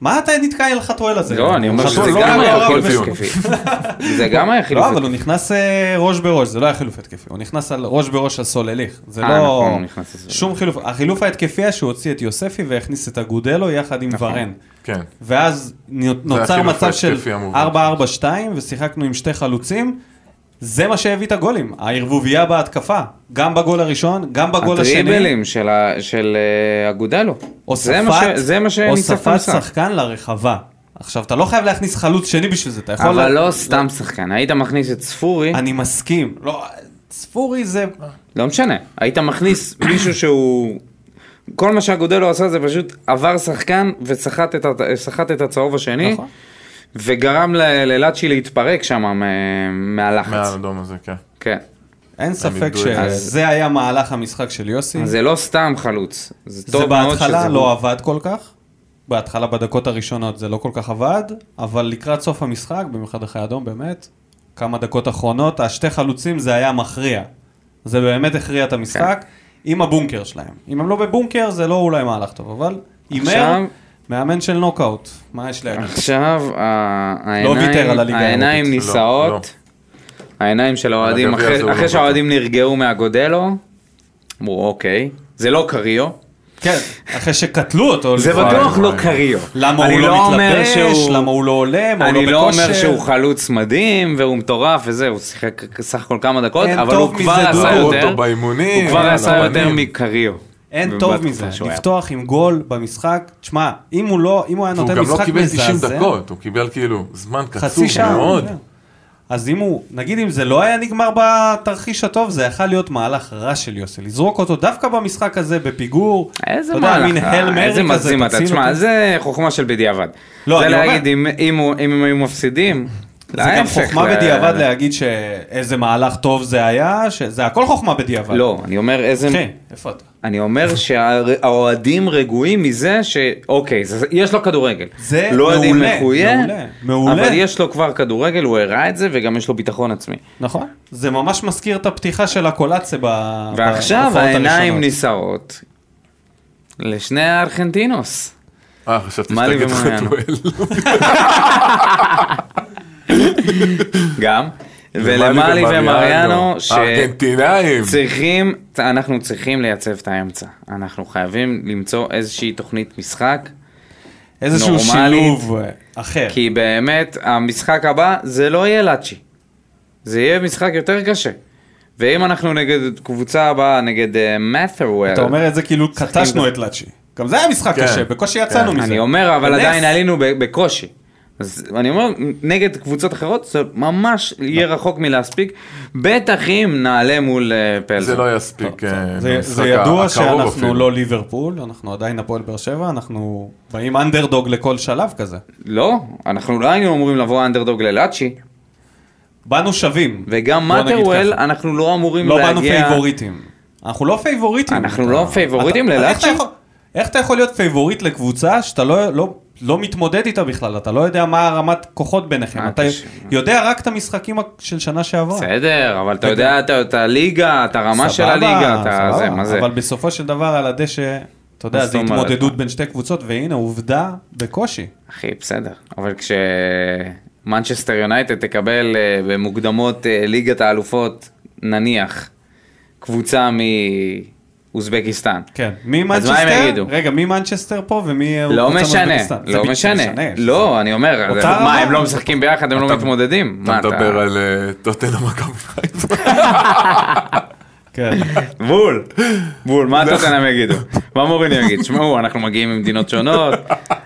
[SPEAKER 1] מה אתה נתקע אל חתואל הזה?
[SPEAKER 2] לא, אני אומר
[SPEAKER 1] חתואל
[SPEAKER 2] שזה
[SPEAKER 1] לא
[SPEAKER 2] גם
[SPEAKER 1] היה
[SPEAKER 2] היה
[SPEAKER 1] מעורב
[SPEAKER 2] חילוף
[SPEAKER 1] בזה.
[SPEAKER 3] בדיוק.
[SPEAKER 2] התקפי. זה גם היה חילוף
[SPEAKER 1] לא, אבל הוא
[SPEAKER 2] התקפי.
[SPEAKER 1] נכנס אה, ראש בראש, זה לא היה חילוף התקפי, הוא נכנס על ראש בראש על סולליך. זה
[SPEAKER 2] אה,
[SPEAKER 1] לא...
[SPEAKER 2] נכון, הוא נכנס לסולליך.
[SPEAKER 1] שום חילוף, החילוף ההתקפי היה שהוא הוציא את יוספי והכניס את אגודלו יחד עם
[SPEAKER 2] נכון.
[SPEAKER 1] ורן.
[SPEAKER 3] כן.
[SPEAKER 1] ואז נוצר
[SPEAKER 3] החילוף
[SPEAKER 1] מצב של
[SPEAKER 3] ההתקפי המובהק.
[SPEAKER 1] 4-4-2 ושיחקנו עם שתי חלוצים. זה מה שהביא את הגולים, הערבוביה בהתקפה, גם בגול הראשון, גם בגול לא השני,
[SPEAKER 2] הטריבלים של ה- של אה, אגודלו. זה מה
[SPEAKER 1] הוספת-
[SPEAKER 2] ש- זה מה שניצח את
[SPEAKER 1] הוספת
[SPEAKER 2] המשחק.
[SPEAKER 1] שחקן לרחבה. עכשיו, אתה לא חייב להכניס חלוץ שני בשביל זה, אתה יכול...
[SPEAKER 2] אבל
[SPEAKER 1] לה-
[SPEAKER 2] לא סתם שחקן, היית מכניס את ספורי,
[SPEAKER 1] אני מסכים, לא, צפורי זה...
[SPEAKER 2] לא משנה, היית מכניס מישהו שהוא... כל מה שאגודלו עשה זה פשוט עבר שחקן וסחט את, ה- סחט את הצהוב השני,
[SPEAKER 1] נכון.
[SPEAKER 2] וגרם ל- ללאצ'י להתפרק שם מ- מהלחץ.
[SPEAKER 3] מהאדום הזה, כן.
[SPEAKER 2] כן.
[SPEAKER 1] אין ספק
[SPEAKER 3] דואג.
[SPEAKER 2] אז-
[SPEAKER 1] שזה היה מהלך המשחק של יוסי.
[SPEAKER 2] זה לא סתם חלוץ, זה
[SPEAKER 1] זה
[SPEAKER 2] טוב מאוד שזה...
[SPEAKER 1] בהתחלה
[SPEAKER 2] הוא.
[SPEAKER 1] לא עבד כל כך. בהתחלה בדקות הראשונות זה לא כל כך עבד, אבל לקראת סוף המשחק, במיוחד אחרי האדום באמת, כמה דקות אחרונות, השתי חלוצים זה היה מכריע. זה באמת הכריע את המשחק,
[SPEAKER 2] כן.
[SPEAKER 1] עם הבונקר שלהם. אם הם לא בבונקר זה לא אולי מהלך טוב, אבל הימר,
[SPEAKER 2] עכשיו-
[SPEAKER 1] מאמן של נוקאוט, מה יש להגיד?
[SPEAKER 2] עכשיו ה-
[SPEAKER 1] ויתר על
[SPEAKER 2] העיניים,
[SPEAKER 1] הליגה
[SPEAKER 2] העיניים
[SPEAKER 1] האירופית.
[SPEAKER 3] לא,
[SPEAKER 2] נישאות, העיניים של האוהדים,
[SPEAKER 3] הגביע הזה
[SPEAKER 2] אחרי
[SPEAKER 3] הוא
[SPEAKER 2] אחרי
[SPEAKER 3] לא
[SPEAKER 2] שהאוהדים נרגעו מהגודלו, אמרו אוקיי, זה לא קריו,
[SPEAKER 1] כן, אחרי שקטלו אותו.
[SPEAKER 2] זה
[SPEAKER 1] לפעמים.
[SPEAKER 2] בטוח לא
[SPEAKER 3] וואי.
[SPEAKER 2] קריו.
[SPEAKER 1] למה
[SPEAKER 2] אני
[SPEAKER 1] הוא לא מתלבש,
[SPEAKER 2] שהוא-
[SPEAKER 1] למה הוא לא עולה, מה הוא לא
[SPEAKER 2] אני לא
[SPEAKER 1] בכושר.
[SPEAKER 2] אומר שהוא חלוץ מדהים והוא מטורף וזה, הוא שיחק סך הכל כמה דקות,
[SPEAKER 1] אין
[SPEAKER 2] אבל
[SPEAKER 1] טוב
[SPEAKER 2] הוא
[SPEAKER 1] מזה,
[SPEAKER 2] כבר
[SPEAKER 1] דודו.
[SPEAKER 2] עשה
[SPEAKER 1] ראו
[SPEAKER 2] יותר,
[SPEAKER 3] אותו באימונים, אה,
[SPEAKER 2] הוא כבר
[SPEAKER 3] על
[SPEAKER 2] עשה יותר
[SPEAKER 3] הפנים.
[SPEAKER 2] מקריו.
[SPEAKER 1] אין טוב
[SPEAKER 2] בתקופה
[SPEAKER 1] מזה,
[SPEAKER 2] שהוא היה.
[SPEAKER 1] לפתוח עם גול במשחק, תשמע, אם הוא לא, אם הוא היה
[SPEAKER 3] והוא
[SPEAKER 1] נותן
[SPEAKER 3] גם לא
[SPEAKER 1] משחק
[SPEAKER 3] קיבל 90
[SPEAKER 1] מזעזע,
[SPEAKER 3] דקות, הוא קיבל כאילו זמן קצוב
[SPEAKER 1] חצי שעה,
[SPEAKER 3] מאוד.
[SPEAKER 1] כן. אז אם הוא, נגיד אם זה לא היה נגמר בתרחיש הטוב, זה יכול להיות מהלך רע של יוסי, לזרוק אותו דווקא במשחק הזה בפיגור,
[SPEAKER 2] איזה
[SPEAKER 1] אתה יודע,
[SPEAKER 2] מהלך, אה,
[SPEAKER 1] מין הל מרי
[SPEAKER 2] איזה
[SPEAKER 1] כזה,
[SPEAKER 2] מגזים אתה,
[SPEAKER 1] תציל
[SPEAKER 2] תשמע,
[SPEAKER 1] אותו.
[SPEAKER 2] זה חוכמה של בדיעבד.
[SPEAKER 1] לא,
[SPEAKER 2] זה
[SPEAKER 1] אני אומר-
[SPEAKER 2] להגיד אם- אם הוא- אם הם היו מפסידים,
[SPEAKER 1] זה גם
[SPEAKER 2] להפך,
[SPEAKER 1] חוכמה
[SPEAKER 2] ל-
[SPEAKER 1] בדיעבד להגיד שאיזה מהלך טוב זה היה, שזה הכל חוכמה בדיעבד.
[SPEAKER 2] לא, אני אומר איזה...
[SPEAKER 1] אחי, איפה אתה?
[SPEAKER 2] אני אומר שהאוהדים רגועים מזה שאוקיי, זה- יש לו כדורגל.
[SPEAKER 1] זה
[SPEAKER 2] לא יודעים
[SPEAKER 1] מעולה,
[SPEAKER 2] איך הוא יהיה,
[SPEAKER 1] מעולה, מעולה.
[SPEAKER 2] אבל יש לו כבר כדורגל, הוא הראה את זה וגם יש לו ביטחון עצמי.
[SPEAKER 1] נכון. זה ממש מזכיר את הפתיחה של הקולאצה ב...
[SPEAKER 2] ועכשיו
[SPEAKER 1] בהופעות
[SPEAKER 2] העיניים
[SPEAKER 1] הראשונות.
[SPEAKER 2] נישאות לשני הארגנטינוס.
[SPEAKER 3] אה, חשבתי
[SPEAKER 2] מה לי
[SPEAKER 3] שתגיד
[SPEAKER 2] ומה היה לו?
[SPEAKER 3] חתואל.
[SPEAKER 2] גם. ולמאלי ומריאנו, ש...
[SPEAKER 3] ארגנטינאים.
[SPEAKER 2] צריכים, אנחנו צריכים לייצב את האמצע. אנחנו חייבים למצוא איזושהי תוכנית משחק,
[SPEAKER 1] איזשהו
[SPEAKER 2] נורמלית.
[SPEAKER 1] שילוב אה, אחר.
[SPEAKER 2] כי באמת, המשחק הבא זה לא יהיה לאצ'י. זה יהיה משחק יותר קשה. ואם אנחנו נגד קבוצה הבאה, נגד אה, מאת'רוול,
[SPEAKER 1] אתה אומר את זה כאילו קטשנו את לאצ'י. גם זה היה משחק
[SPEAKER 3] כן.
[SPEAKER 1] קשה, בקושי יצאנו מזה.
[SPEAKER 2] אני אומר, אבל
[SPEAKER 1] בנס.
[SPEAKER 2] עדיין עלינו ב- בקושי. אז אני אומר, נגד קבוצות אחרות זה ממש יהיה רחוק מלהספיק, בטח אם נעלה מול אה, פלזון.
[SPEAKER 3] זה לא יספיק. אה,
[SPEAKER 1] זה-
[SPEAKER 3] למשחק
[SPEAKER 1] זה ידוע
[SPEAKER 3] הקרוב
[SPEAKER 1] שאנחנו
[SPEAKER 3] אפילו.
[SPEAKER 1] לא ליברפול, אנחנו עדיין הפועל באר שבע, אנחנו באים אנדרדוג לכל שלב כזה.
[SPEAKER 2] לא, אנחנו לא היינו אמורים לבוא אנדרדוג ללאצ'י,
[SPEAKER 1] באנו שווים.
[SPEAKER 2] וגם
[SPEAKER 1] בוא נגיד
[SPEAKER 2] מאטרוול,
[SPEAKER 1] ככה.
[SPEAKER 2] אנחנו לא אמורים
[SPEAKER 1] לא
[SPEAKER 2] להגיע...
[SPEAKER 1] באנו פייבוריטים. אנחנו לא פייבוריטים.
[SPEAKER 2] אנחנו
[SPEAKER 1] אתה-
[SPEAKER 2] לא פייבוריטים
[SPEAKER 1] אתה-
[SPEAKER 2] ללאצ'י?
[SPEAKER 1] איך אתה יכול- איך אתה יכול להיות פייבוריט לקבוצה שאתה לא- לא... לא מתמודד איתה בכלל, אתה לא יודע מה הרמת כוחות ביניכם,
[SPEAKER 2] אה,
[SPEAKER 1] אתה
[SPEAKER 2] תשמע.
[SPEAKER 1] יודע רק את המשחקים של שנה שעברה.
[SPEAKER 2] בסדר, אבל אתה יודע את ה- את הליגה, את הרמה של
[SPEAKER 1] סבבה,
[SPEAKER 2] הליגה, אתה
[SPEAKER 1] סבבה,
[SPEAKER 2] זה, מה זה?
[SPEAKER 1] אבל בסופו של דבר על הדשא, אתה
[SPEAKER 2] מה
[SPEAKER 1] יודע,
[SPEAKER 2] זאת
[SPEAKER 1] זה
[SPEAKER 2] אומרת?
[SPEAKER 1] התמודדות בין שתי קבוצות, והנה עובדה בקושי.
[SPEAKER 2] אחי, בסדר. אבל כשמנצ'סטר יונייטד תקבל אה, במוקדמות אה, ליגת האלופות, נניח, קבוצה מאוזבקיסטן.
[SPEAKER 1] כן, מי
[SPEAKER 2] אז מה הם
[SPEAKER 1] מנצ'סטר?
[SPEAKER 2] יגידו?
[SPEAKER 1] רגע, מי מנצ'סטר פה ומי...
[SPEAKER 2] לא
[SPEAKER 1] קבוצה
[SPEAKER 2] משנה,
[SPEAKER 1] מאוזבקיסטן? זה
[SPEAKER 2] לא
[SPEAKER 1] בדיוק
[SPEAKER 2] משנה.
[SPEAKER 1] משנה.
[SPEAKER 2] לא, אני אומר,
[SPEAKER 1] אותה רמה.
[SPEAKER 2] מה, הם לא משחקים ביחד, הם לא מתמודדים?
[SPEAKER 3] אתה
[SPEAKER 2] מה
[SPEAKER 3] מדבר על אה, טוטנה מכבי חיפה.
[SPEAKER 1] כן.
[SPEAKER 2] בול, בול, מה טוטנאם יגידו? מה מוריני יגיד? שמעו, אנחנו מגיעים ממדינות שונות,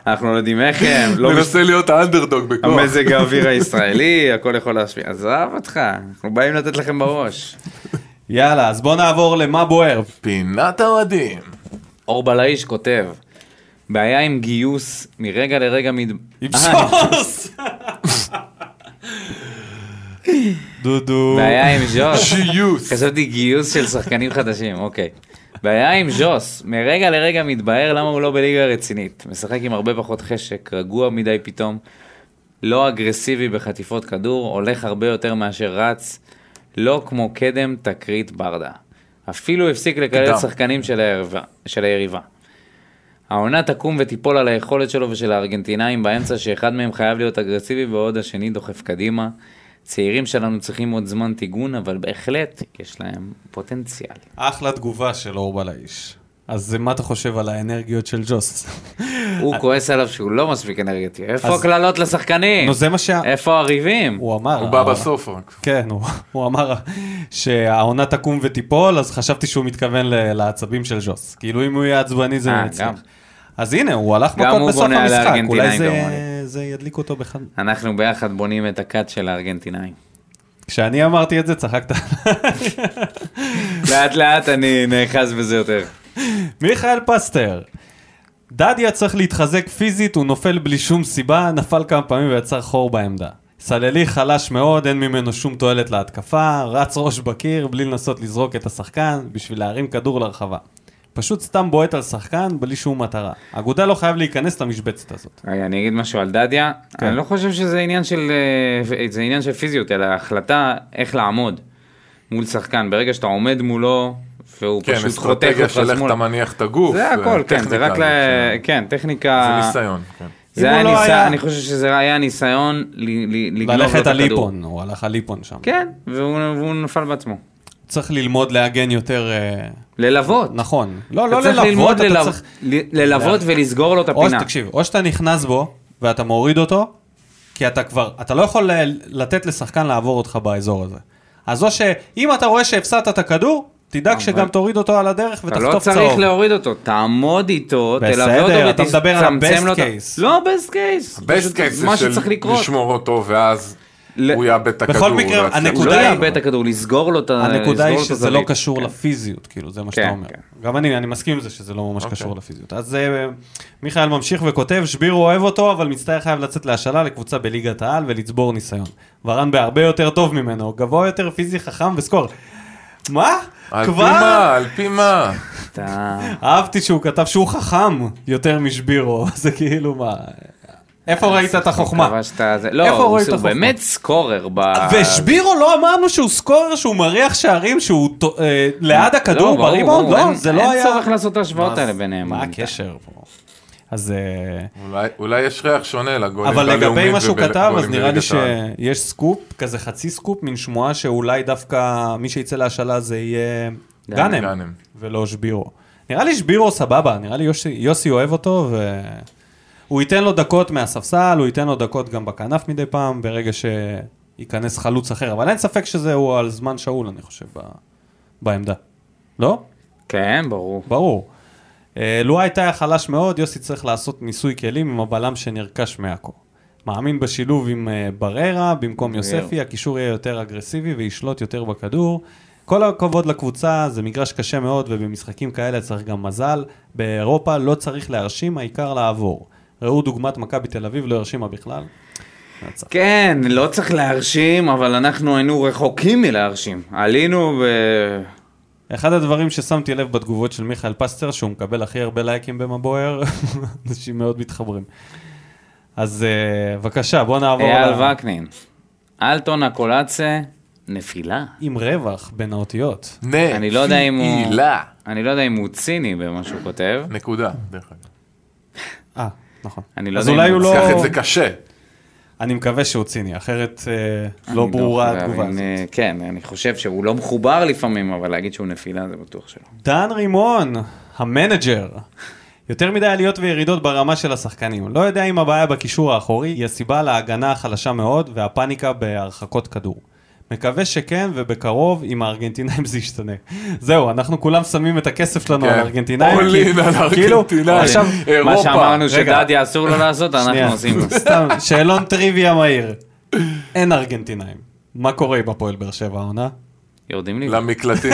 [SPEAKER 2] אנחנו לא יודעים איך הם, לא מש-
[SPEAKER 3] מנסה להיות האנדרדוג בכוח.
[SPEAKER 2] המזג האוויר הישראלי, הכל יכול להשפיע. עזב אותך, אנחנו באים לתת לכם בראש.
[SPEAKER 1] יאללה, אז בוא נעבור למה בוער.
[SPEAKER 3] פינת האוהדים.
[SPEAKER 2] אור בלעיש כותב, בעיה עם גיוס מרגע לרגע מד...
[SPEAKER 1] עם
[SPEAKER 2] אה,
[SPEAKER 1] שוס! דודו.
[SPEAKER 2] בעיה עם ז'וס.
[SPEAKER 3] שיוס.
[SPEAKER 2] חשבתי גיוס של שחקנים חדשים, אוקיי. בעיה עם ז'וס, מרגע לרגע מתבהר למה הוא לא בליגה רצינית. משחק עם הרבה פחות חשק, רגוע מדי פתאום, לא אגרסיבי בחטיפות כדור, הולך הרבה יותר מאשר רץ, לא כמו קדם תקרית ברדה. אפילו הפסיק לקלל
[SPEAKER 3] קדם.
[SPEAKER 2] שחקנים של, הערבה, של היריבה. העונה תקום ותיפול על היכולת שלו ושל הארגנטינאים באמצע, שאחד מהם חייב להיות אגרסיבי בעוד השני דוחף קדימה. צעירים שלנו צריכים עוד זמן טיגון, אבל בהחלט יש להם פוטנציאל.
[SPEAKER 1] אחלה תגובה של אורבל האיש. אז מה אתה חושב על האנרגיות של ג'וס?
[SPEAKER 2] הוא כועס עליו שהוא לא מספיק אנרגטי. איפה
[SPEAKER 1] אז-
[SPEAKER 2] הקללות לשחקנים?
[SPEAKER 1] נו, זה מה שה...
[SPEAKER 2] איפה הריבים?
[SPEAKER 1] הוא אמר.
[SPEAKER 2] אה,
[SPEAKER 3] הוא בא בסוף רק.
[SPEAKER 1] כן, הוא, הוא אמר שהעונה תקום ותיפול, אז חשבתי שהוא מתכוון ל- לעצבים של ז'וס. כאילו אם הוא יהיה עצבני זה
[SPEAKER 2] אה,
[SPEAKER 1] יצליח.
[SPEAKER 2] גם.
[SPEAKER 1] אז הנה, הוא הלך
[SPEAKER 2] גם
[SPEAKER 1] מכות
[SPEAKER 2] הוא
[SPEAKER 1] בסוף
[SPEAKER 2] בונה על
[SPEAKER 1] המשחק,
[SPEAKER 2] הארגנטינאים
[SPEAKER 1] אולי זה,
[SPEAKER 2] כמוני.
[SPEAKER 1] זה ידליק אותו בכלל.
[SPEAKER 2] אנחנו ביחד בונים את הכת של הארגנטינאים.
[SPEAKER 1] כשאני אמרתי את זה צחקת.
[SPEAKER 2] לאט לאט אני נאחז בזה יותר.
[SPEAKER 1] מיכאל פסטר, דדיה צריך להתחזק פיזית, הוא נופל בלי שום סיבה, נפל כמה פעמים ויצר חור בעמדה. סללי חלש מאוד, אין ממנו שום תועלת להתקפה, רץ ראש בקיר בלי לנסות לזרוק את השחקן בשביל להרים כדור לרחבה. פשוט סתם בועט על שחקן בלי שום מטרה. אגודה לא חייב להיכנס למשבצת הזאת.
[SPEAKER 2] רגע, אני אגיד משהו על דדיה.
[SPEAKER 1] כן.
[SPEAKER 2] אני לא חושב שזה עניין של, אה, זה עניין של פיזיות, אלא החלטה איך לעמוד מול שחקן. ברגע שאתה עומד מולו, והוא
[SPEAKER 3] כן,
[SPEAKER 2] פשוט חותך
[SPEAKER 3] אסטרטגיה
[SPEAKER 2] אותך
[SPEAKER 3] של איך אתה
[SPEAKER 2] שמאלה.
[SPEAKER 3] מניח את הגוף.
[SPEAKER 2] זה הכל, כן, זה
[SPEAKER 3] טכניקה,
[SPEAKER 2] רק ל...
[SPEAKER 3] זה-
[SPEAKER 2] כן, טכניקה...
[SPEAKER 3] זה ניסיון, כן.
[SPEAKER 1] אם
[SPEAKER 2] זה היה
[SPEAKER 1] הוא לא
[SPEAKER 2] ניסיון,
[SPEAKER 1] היה-
[SPEAKER 2] אני חושב שזה היה ניסיון ל- ל- לגנוב לו לא את הכדור.
[SPEAKER 1] ללכת על ליפון, הוא הלך על ליפון שם.
[SPEAKER 2] כן, והוא והוא נפל בעצמו.
[SPEAKER 1] צריך ללמוד להגן יותר אה,
[SPEAKER 2] ללוות.
[SPEAKER 1] נכון. לא,
[SPEAKER 2] אתה
[SPEAKER 1] לא
[SPEAKER 2] צריך
[SPEAKER 1] ללוות,
[SPEAKER 2] ללמוד
[SPEAKER 1] אתה
[SPEAKER 2] ללו-
[SPEAKER 1] צריך...
[SPEAKER 2] ל- ללוות ולסגור לו את
[SPEAKER 1] או,
[SPEAKER 2] הפינה.
[SPEAKER 1] תקשיב, או שאתה נכנס בו ואתה מוריד אותו, כי אתה כבר, אתה לא יכול ל- לתת לשחקן לעבור אותך באזור הזה. אז או שאם אתה רואה שהפסדת את הכדור, תדאג שגם תוריד אותו על הדרך
[SPEAKER 2] אה, אתה לא
[SPEAKER 1] ותחטוף צהוב.
[SPEAKER 2] צריך להוריד אותו, תעמוד איתו, תלווה
[SPEAKER 1] בסדר, אתה
[SPEAKER 2] אותו
[SPEAKER 1] מדבר על
[SPEAKER 2] ותצמצם
[SPEAKER 1] ה-best
[SPEAKER 2] לו את ה...
[SPEAKER 1] case.
[SPEAKER 2] לא, best case.
[SPEAKER 3] best case
[SPEAKER 2] מה
[SPEAKER 3] זה
[SPEAKER 2] שצריך
[SPEAKER 3] של
[SPEAKER 2] לקרות.
[SPEAKER 3] לשמור אותו, ואז
[SPEAKER 2] ל-
[SPEAKER 3] הוא יאבד את
[SPEAKER 1] בכל
[SPEAKER 3] הכדור.
[SPEAKER 1] מקרה,
[SPEAKER 3] לא יצליח.
[SPEAKER 2] הוא
[SPEAKER 1] הנקודה
[SPEAKER 2] לא
[SPEAKER 1] היא-
[SPEAKER 2] יאבד את הכדור, לסגור לו את ה...
[SPEAKER 1] הנקודה
[SPEAKER 2] לסגור
[SPEAKER 1] היא
[SPEAKER 2] לו את
[SPEAKER 1] שזה לא
[SPEAKER 2] הזווית.
[SPEAKER 1] קשור
[SPEAKER 2] כן.
[SPEAKER 1] לפיזיות, כאילו, זה מה
[SPEAKER 2] כן,
[SPEAKER 1] שאתה אומר.
[SPEAKER 2] כן. אוקיי.
[SPEAKER 1] גם אני, אני מסכים עם זה שזה לא ממש קשור לפיזיות. אז אה, מיכאל ממשיך וכותב, שבירו אוהב אותו, אבל מצטער חייב לצאת להשאלה לקבוצה בליגת העל ולצבור ניסיון. ורן בהרבה יותר טוב ממנו, גבוה יותר, פיזי, חכם וסקור. מה?
[SPEAKER 3] על פי
[SPEAKER 1] כבר?
[SPEAKER 3] מה, על פי מה.
[SPEAKER 2] אתה-
[SPEAKER 1] אהבתי שהוא כתב שהוא חכם יותר משבירו, זה כאילו מה...
[SPEAKER 2] אה,
[SPEAKER 1] איפה ראית את החוכמה?
[SPEAKER 2] כבשת זה- לא,
[SPEAKER 1] איפה
[SPEAKER 2] הוא
[SPEAKER 1] רואים את
[SPEAKER 2] הוא
[SPEAKER 1] החוכמה?
[SPEAKER 2] באמת סקורר ב...
[SPEAKER 1] ושבירו לא אמרנו שהוא סקורר, שהוא מריח שערים, שהוא טו- אה, ליד
[SPEAKER 2] לא,
[SPEAKER 1] הכדור
[SPEAKER 2] ברור,
[SPEAKER 1] בריבאונד?
[SPEAKER 2] ברור,
[SPEAKER 1] לא,
[SPEAKER 2] אין-
[SPEAKER 1] זה לא
[SPEAKER 2] אין
[SPEAKER 1] היה...
[SPEAKER 2] צורך לעשות את ההשוואות האלה ביניהם.
[SPEAKER 1] מה
[SPEAKER 2] אני-
[SPEAKER 1] הקשר פה? אז... אה,
[SPEAKER 3] אולי- אולי יש ריח שונה לגולים
[SPEAKER 1] אבל לגבי
[SPEAKER 3] בלאומית
[SPEAKER 1] מה שהוא
[SPEAKER 3] ובל-
[SPEAKER 1] כתב, אז
[SPEAKER 3] גולים
[SPEAKER 1] נראה לי
[SPEAKER 3] בליגת העל.
[SPEAKER 1] שיש סקופ, כזה חצי סקופ, מין שמועה שאולי דווקא מי שיצא להשאלה זה יהיה
[SPEAKER 2] גאנם.
[SPEAKER 1] גאנם,
[SPEAKER 3] גאנם.
[SPEAKER 1] ולא שבירו. נראה לי שבירו סבבה, נראה לי יוסי- יוסי אוהב אותו, והוא ייתן לו דקות מהספסל, הוא ייתן לו דקות גם בכנף מדי פעם, ברגע שייכנס חלוץ אחר, אבל אין ספק שזהו על זמן שאול, אני חושב, ב- בעמדה. לא?
[SPEAKER 2] כן, ברור.
[SPEAKER 1] ברור. אה, לו הייתה חלש מאוד, יוסי צריך לעשות ניסוי כלים עם הבלם שנרכש מעכו. מאמין בשילוב עם אה, בררה במקום יוספי, הקישור יהיה יותר אגרסיבי וישלוט יותר בכדור. כל הכבוד לקבוצה, זה מגרש קשה מאוד ובמשחקים כאלה צריך גם מזל. באירופה לא צריך להרשים, העיקר לעבור. ראו דוגמת מכבי תל אביב, לא הרשימה בכלל.
[SPEAKER 2] כן, לא צריך להרשים, אבל אנחנו היינו רחוקים מלהרשים. עלינו ב...
[SPEAKER 1] אחד הדברים ששמתי לב בתגובות של מיכאל פסטר, שהוא מקבל הכי הרבה לייקים במבוער, אנשים מאוד מתחברים. אז אה, בבקשה, בוא נעבור
[SPEAKER 2] אייל
[SPEAKER 1] ה-
[SPEAKER 2] וקנין. אלטון הקולאצה, נפילה.
[SPEAKER 1] עם רווח בין האותיות.
[SPEAKER 3] נה,
[SPEAKER 2] אני לא יודע אם הוא-
[SPEAKER 3] עילה.
[SPEAKER 2] אני לא יודע אם הוא ציני במה שהוא כותב.
[SPEAKER 1] לא
[SPEAKER 3] נקודה, דרך אגב.
[SPEAKER 1] אה, נכון.
[SPEAKER 2] אני לא
[SPEAKER 1] אז
[SPEAKER 2] יודע
[SPEAKER 1] אולי
[SPEAKER 2] אם
[SPEAKER 1] הוא
[SPEAKER 2] הוא
[SPEAKER 1] לא...
[SPEAKER 3] קח את זה קשה.
[SPEAKER 1] אני מקווה שהוא ציני, אחרת אה, לא
[SPEAKER 2] אני
[SPEAKER 1] ברורה
[SPEAKER 2] יכול
[SPEAKER 1] התגובה
[SPEAKER 2] להבין,
[SPEAKER 1] הזאת.
[SPEAKER 2] אה, כן, אני חושב שהוא לא מחובר לפעמים, אבל להגיד שהוא נפילה זה בטוח שלא.
[SPEAKER 1] דן רימון, המנג'ר. יותר מדי עליות וירידות ברמה של השחקנים. לא יודע אם הבעיה בקישור האחורי היא הסיבה להגנה החלשה מאוד והפאניקה בהרחקות כדור. מקווה שכן, ובקרוב עם הארגנטינאים זה ישתנה. זהו, אנחנו כולם שמים את הכסף שלנו על
[SPEAKER 3] כן.
[SPEAKER 1] ארגנטינאים. כי-
[SPEAKER 3] אולין על
[SPEAKER 1] כאילו,
[SPEAKER 3] ארגנטינאים.
[SPEAKER 1] עכשיו,
[SPEAKER 2] מה
[SPEAKER 3] אירופה.
[SPEAKER 2] שאמרנו
[SPEAKER 1] רגע.
[SPEAKER 2] שדדיה אסור לו לעשות,
[SPEAKER 1] שנייה,
[SPEAKER 2] אנחנו עושים.
[SPEAKER 1] סתם, שאלון טריוויה מהיר. אין ארגנטינאים. מה קורה בפועל באר שבע העונה?
[SPEAKER 2] יורדים לי.
[SPEAKER 3] למקלטים.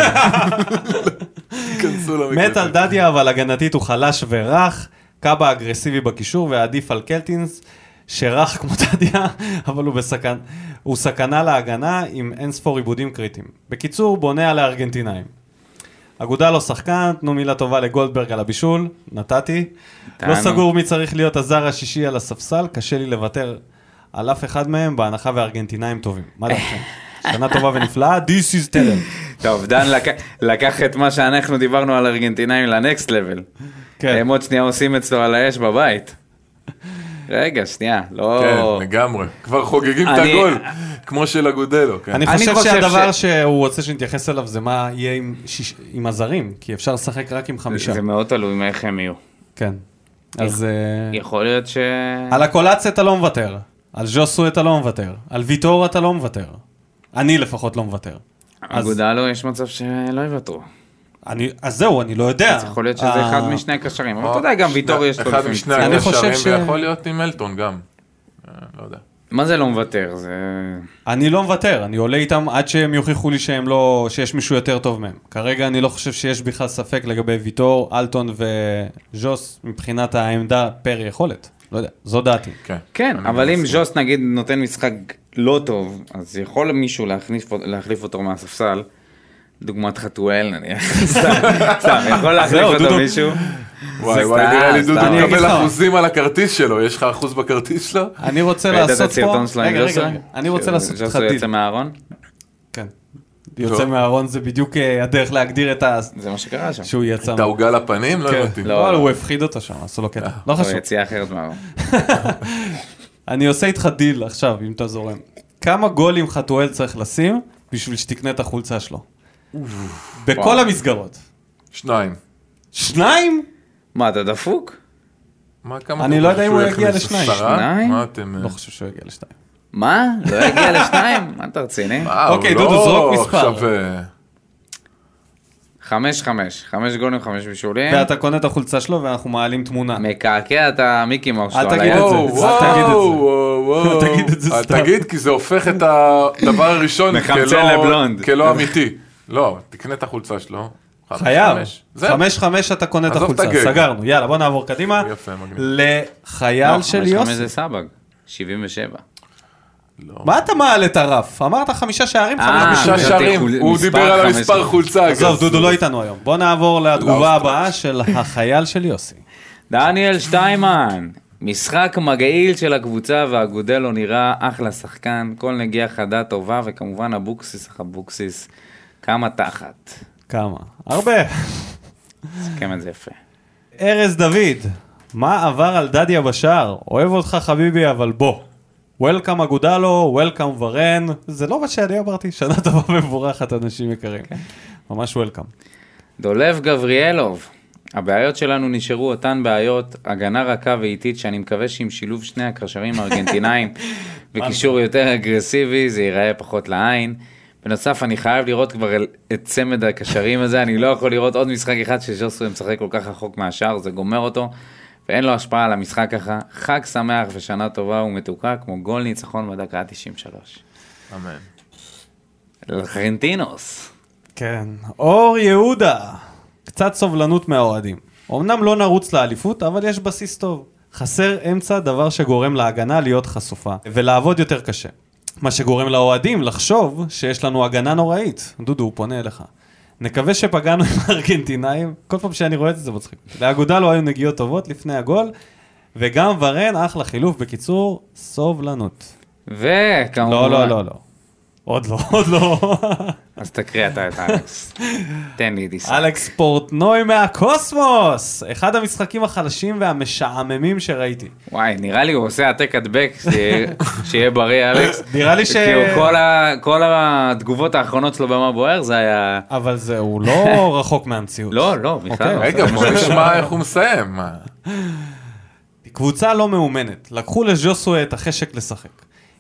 [SPEAKER 3] כנסו
[SPEAKER 2] לא
[SPEAKER 3] למקלטים.
[SPEAKER 1] מת על דדיה, אבל הגנתית הוא חלש ורך, קאבה אגרסיבי בקישור ועדיף על קלטינס, שרך כמו דדיה, אבל הוא, בסכן... הוא סכנה להגנה עם אינספור עיבודים קריטיים. בקיצור, בונה על הארגנטינאים. אגודה לא שחקן, תנו מילה טובה לגולדברג על הבישול, נתתי.
[SPEAKER 2] נתנו.
[SPEAKER 1] לא סגור מי צריך להיות הזר השישי על הספסל, קשה לי לוותר על אף אחד מהם, בהנחה והארגנטינאים טובים. מה דעתכם? שנה טובה ונפלאה, this is terrible.
[SPEAKER 2] טוב, דן לק- לקח את מה שאנחנו דיברנו על ארגנטינאים לנקסט לבל.
[SPEAKER 1] כן.
[SPEAKER 2] הם עוד שנייה עושים אצלו על האש בבית. רגע, שנייה, לא...
[SPEAKER 3] כן, לגמרי. כבר חוגגים את
[SPEAKER 2] אני-
[SPEAKER 3] הגול, כמו של אגודלו, כן.
[SPEAKER 1] אני
[SPEAKER 2] אני
[SPEAKER 1] חושב
[SPEAKER 2] חושב
[SPEAKER 1] שהדבר
[SPEAKER 2] ש-
[SPEAKER 1] שהוא רוצה שנתייחס אליו זה מה יהיה עם שיש- עם הזרים, כי אפשר לשחק רק עם חמישה.
[SPEAKER 2] זה מאוד תלוי מאיך הם יהיו.
[SPEAKER 1] כן. אז אה,
[SPEAKER 2] יכול להיות ש...
[SPEAKER 1] על הקולאצ אתה לא מוותר, על ז'וסו אתה לא מוותר, על ויטור אתה לא מוותר. אני לפחות לא מוותר. אז-
[SPEAKER 2] אגודלו לא, יש מצב שלא יוותרו.
[SPEAKER 1] אני, אז זהו, אני לא יודע.
[SPEAKER 2] אז יכול להיות שזה
[SPEAKER 1] אה,
[SPEAKER 2] אחד משני הקשרים. אבל אתה יודע, גם
[SPEAKER 3] שני-
[SPEAKER 2] ויטור יש לו
[SPEAKER 3] אה, אחד
[SPEAKER 2] לפעמים
[SPEAKER 3] משני
[SPEAKER 2] קצת.
[SPEAKER 1] אני חושב
[SPEAKER 3] הקשרים,
[SPEAKER 1] ש-
[SPEAKER 3] ויכול להיות עם אלטון גם. אה, לא יודע.
[SPEAKER 2] מה זה לא מוותר? זה...
[SPEAKER 1] אני לא מוותר, אני עולה איתם עד שהם יוכיחו לי שהם לא, שיש מישהו יותר טוב מהם. כרגע אני לא חושב שיש בכלל ספק לגבי ויטור, אלטון וז'וס מבחינת העמדה פר יכולת. לא יודע, זו דעתי.
[SPEAKER 3] כן,
[SPEAKER 2] כן,
[SPEAKER 3] אני
[SPEAKER 2] אבל אם
[SPEAKER 3] מסכים.
[SPEAKER 2] ז'וס נגיד נותן משחק לא טוב, אז יכול מישהו להחליף, להחליף אותו מהספסל, דוגמת חתואל נניח, סתם, סתם, יכול להחליף
[SPEAKER 1] זהו,
[SPEAKER 2] אותו
[SPEAKER 1] דודו.
[SPEAKER 2] מישהו.
[SPEAKER 3] אה, וואי
[SPEAKER 2] זה
[SPEAKER 3] וואי,
[SPEAKER 2] סתם,
[SPEAKER 3] נראה לי דודו
[SPEAKER 2] סתם.
[SPEAKER 1] אני אגיד
[SPEAKER 3] מקבל
[SPEAKER 1] לך.
[SPEAKER 3] אחוזים על הכרטיס שלו, יש לך אחוז בכרטיס שלו?
[SPEAKER 1] אני רוצה
[SPEAKER 2] ראית את אה,
[SPEAKER 1] לעשות פה...
[SPEAKER 2] הסרטון שלו עם
[SPEAKER 1] רגע, רגע,
[SPEAKER 2] ז'וסו?
[SPEAKER 1] רגע, אני רוצה לעשות איתך
[SPEAKER 2] ז'וסו
[SPEAKER 1] דיל.
[SPEAKER 2] כאילו, יוצא מהארון?
[SPEAKER 1] כן. יוצא מהארון זה בדיוק אה, הדרך להגדיר את ה...
[SPEAKER 2] זה מה שקרה שם.
[SPEAKER 1] שהוא יצא.
[SPEAKER 3] את העוגה לפנים? לא
[SPEAKER 1] כן.
[SPEAKER 3] הבנתי.
[SPEAKER 2] לא.
[SPEAKER 1] לא, הוא הפחיד אותו שם, עשו לו קטע. לא
[SPEAKER 2] הוא
[SPEAKER 1] חשוב.
[SPEAKER 2] יציאה אחרת מהארון.
[SPEAKER 1] אני עושה איתך דיל עכשיו, אם אתה זורם. כמה גולים חתואל צריך לשים בשביל שתקנה את החולצה שלו? בכל
[SPEAKER 2] וואו.
[SPEAKER 1] המסגרות.
[SPEAKER 3] שניים.
[SPEAKER 1] שניים?
[SPEAKER 2] מה, אתה דפוק?
[SPEAKER 3] מה, כמה
[SPEAKER 1] אני
[SPEAKER 3] אתם
[SPEAKER 1] לא יודע אם
[SPEAKER 3] חושבים
[SPEAKER 1] הוא
[SPEAKER 3] שהוא
[SPEAKER 1] יגיע
[SPEAKER 3] יכניס?
[SPEAKER 1] לשניים.
[SPEAKER 3] עשרה?
[SPEAKER 2] שניים?
[SPEAKER 3] מה אתם... אה?
[SPEAKER 1] לא חושב שהוא יגיע לשתיים.
[SPEAKER 2] מה? לא יגיע לשניים? מה אתה רציני?
[SPEAKER 3] אה, הוא
[SPEAKER 1] אוקיי,
[SPEAKER 3] לא
[SPEAKER 1] דודו, זרוק מספר.
[SPEAKER 3] עכשיו, אה,
[SPEAKER 2] חמש חמש, חמש גולים, חמש בישולים.
[SPEAKER 1] ואתה קונה את החולצה שלו ואנחנו מעלים תמונה.
[SPEAKER 2] מקעקע את המיקי מאוס שלו.
[SPEAKER 1] אל
[SPEAKER 2] על
[SPEAKER 1] תגיד
[SPEAKER 2] היד.
[SPEAKER 1] את כן, זה.
[SPEAKER 3] וואו,
[SPEAKER 1] אל תגיד את זה.
[SPEAKER 3] וואו, וואו, וואו.
[SPEAKER 1] אל תגיד את זה
[SPEAKER 3] אל
[SPEAKER 1] סתם.
[SPEAKER 3] תגיד, כי זה הופך את הדבר הראשון
[SPEAKER 2] מחמצן
[SPEAKER 3] כלא-
[SPEAKER 2] לבלונד.
[SPEAKER 3] כלא אמיתי. לא, תקנה את החולצה שלו. חמש,
[SPEAKER 1] חייב.
[SPEAKER 3] חמש. זהו.
[SPEAKER 1] חמש חמש אתה קונה את
[SPEAKER 3] עזוב את
[SPEAKER 1] החולצה,
[SPEAKER 3] הגג.
[SPEAKER 1] סגרנו. יאללה, בוא נעבור קדימה.
[SPEAKER 3] יפה, מגניב.
[SPEAKER 2] לא,
[SPEAKER 1] לחייל
[SPEAKER 2] חמש
[SPEAKER 1] של
[SPEAKER 2] חמש
[SPEAKER 1] יוסי.
[SPEAKER 2] זה סבג. 77.
[SPEAKER 1] מה אתה מעלה את הרף? אמרת חמישה שערים,
[SPEAKER 2] אה,
[SPEAKER 1] חמישה
[SPEAKER 3] חמישה
[SPEAKER 2] זה
[SPEAKER 3] שערים,
[SPEAKER 2] חול-
[SPEAKER 3] הוא
[SPEAKER 2] מספר
[SPEAKER 3] דיבר על
[SPEAKER 2] חמש.
[SPEAKER 3] המספר חולצה. אגב.
[SPEAKER 1] עזוב, דודו לא איתנו היום. בוא נעבור לתגובה
[SPEAKER 3] אוסטרץ'.
[SPEAKER 1] הבאה של החייל של יוסי.
[SPEAKER 2] דניאל שטיימן, משחק מגעיל של הקבוצה והגודלו נראה אחלה שחקן, כל נגיעה חדה טובה וכמובן אבוקסיס אך אבוקסיס, כמה תחת.
[SPEAKER 1] כמה? הרבה.
[SPEAKER 2] סיכם את זה יפה.
[SPEAKER 1] ארז דוד, מה עבר על דדיה בשער? אוהב אותך חביבי, אבל בוא. וולקאם אגודלו, וולקאם ורן. זה לא מה שאני אמרתי, שנה טובה ומבורכת, אנשים יקרים. ממש וולקאם.
[SPEAKER 2] דולב גבריאלוב, הבעיות שלנו נשארו אותן בעיות, הגנה רכה ואיטית שאני מקווה שעם שילוב שני הקשרים הארגנטינאים וקישור יותר אגרסיבי זה ייראה פחות לעין. בנוסף אני חייב לראות כבר אל- את צמד הקשרים הזה, אני לא יכול לראות עוד משחק אחד שז'וסוי משחק כל כך רחוק מהשאר, זה גומר אותו. ואין לו השפעה על המשחק ככה, חג שמח ושנה טובה ומתוקה כמו גול ניצחון בדקה ה-93.
[SPEAKER 3] אמן.
[SPEAKER 2] לארגנטינוס.
[SPEAKER 1] כן. אור יהודה, קצת סובלנות מהאוהדים. אמנם לא נרוץ לאליפות, אבל יש בסיס טוב. חסר אמצע, דבר שגורם להגנה להיות חשופה, ולעבוד יותר קשה. מה שגורם לאוהדים לחשוב שיש לנו הגנה נוראית. דודו, הוא פונה אליך. נקווה שפגענו עם הארגנטינאים, כל פעם שאני רואה את זה זה מצחיק. לאגודה לא היו נגיעות טובות לפני הגול, וגם ורן, אחלה חילוף. בקיצור, סובלנות.
[SPEAKER 2] וכמובן...
[SPEAKER 1] לא, לא, לא, לא. עוד לא, עוד לא.
[SPEAKER 2] אז תקריא אתה את אלכס. תן לי דיסה.
[SPEAKER 1] אלכס פורטנוי מהקוסמוס! אחד המשחקים החלשים והמשעממים שראיתי.
[SPEAKER 2] וואי, נראה לי הוא עושה העתק הדבק, שיהיה- שיהיה בריא אלכס.
[SPEAKER 1] נראה לי ש...
[SPEAKER 2] כי הוא כל ה- כל התגובות האחרונות שלו במה בוער זה היה...
[SPEAKER 1] אבל זה, הוא לא רחוק מהמציאות.
[SPEAKER 2] לא, לא, בכלל לא.
[SPEAKER 1] אוקיי.
[SPEAKER 3] רגע,
[SPEAKER 2] זה מה
[SPEAKER 3] בוא
[SPEAKER 2] שאני
[SPEAKER 3] נשמע איך הוא מסיים. מה?
[SPEAKER 1] קבוצה לא מאומנת. לקחו לז'וסווה את החשק לשחק.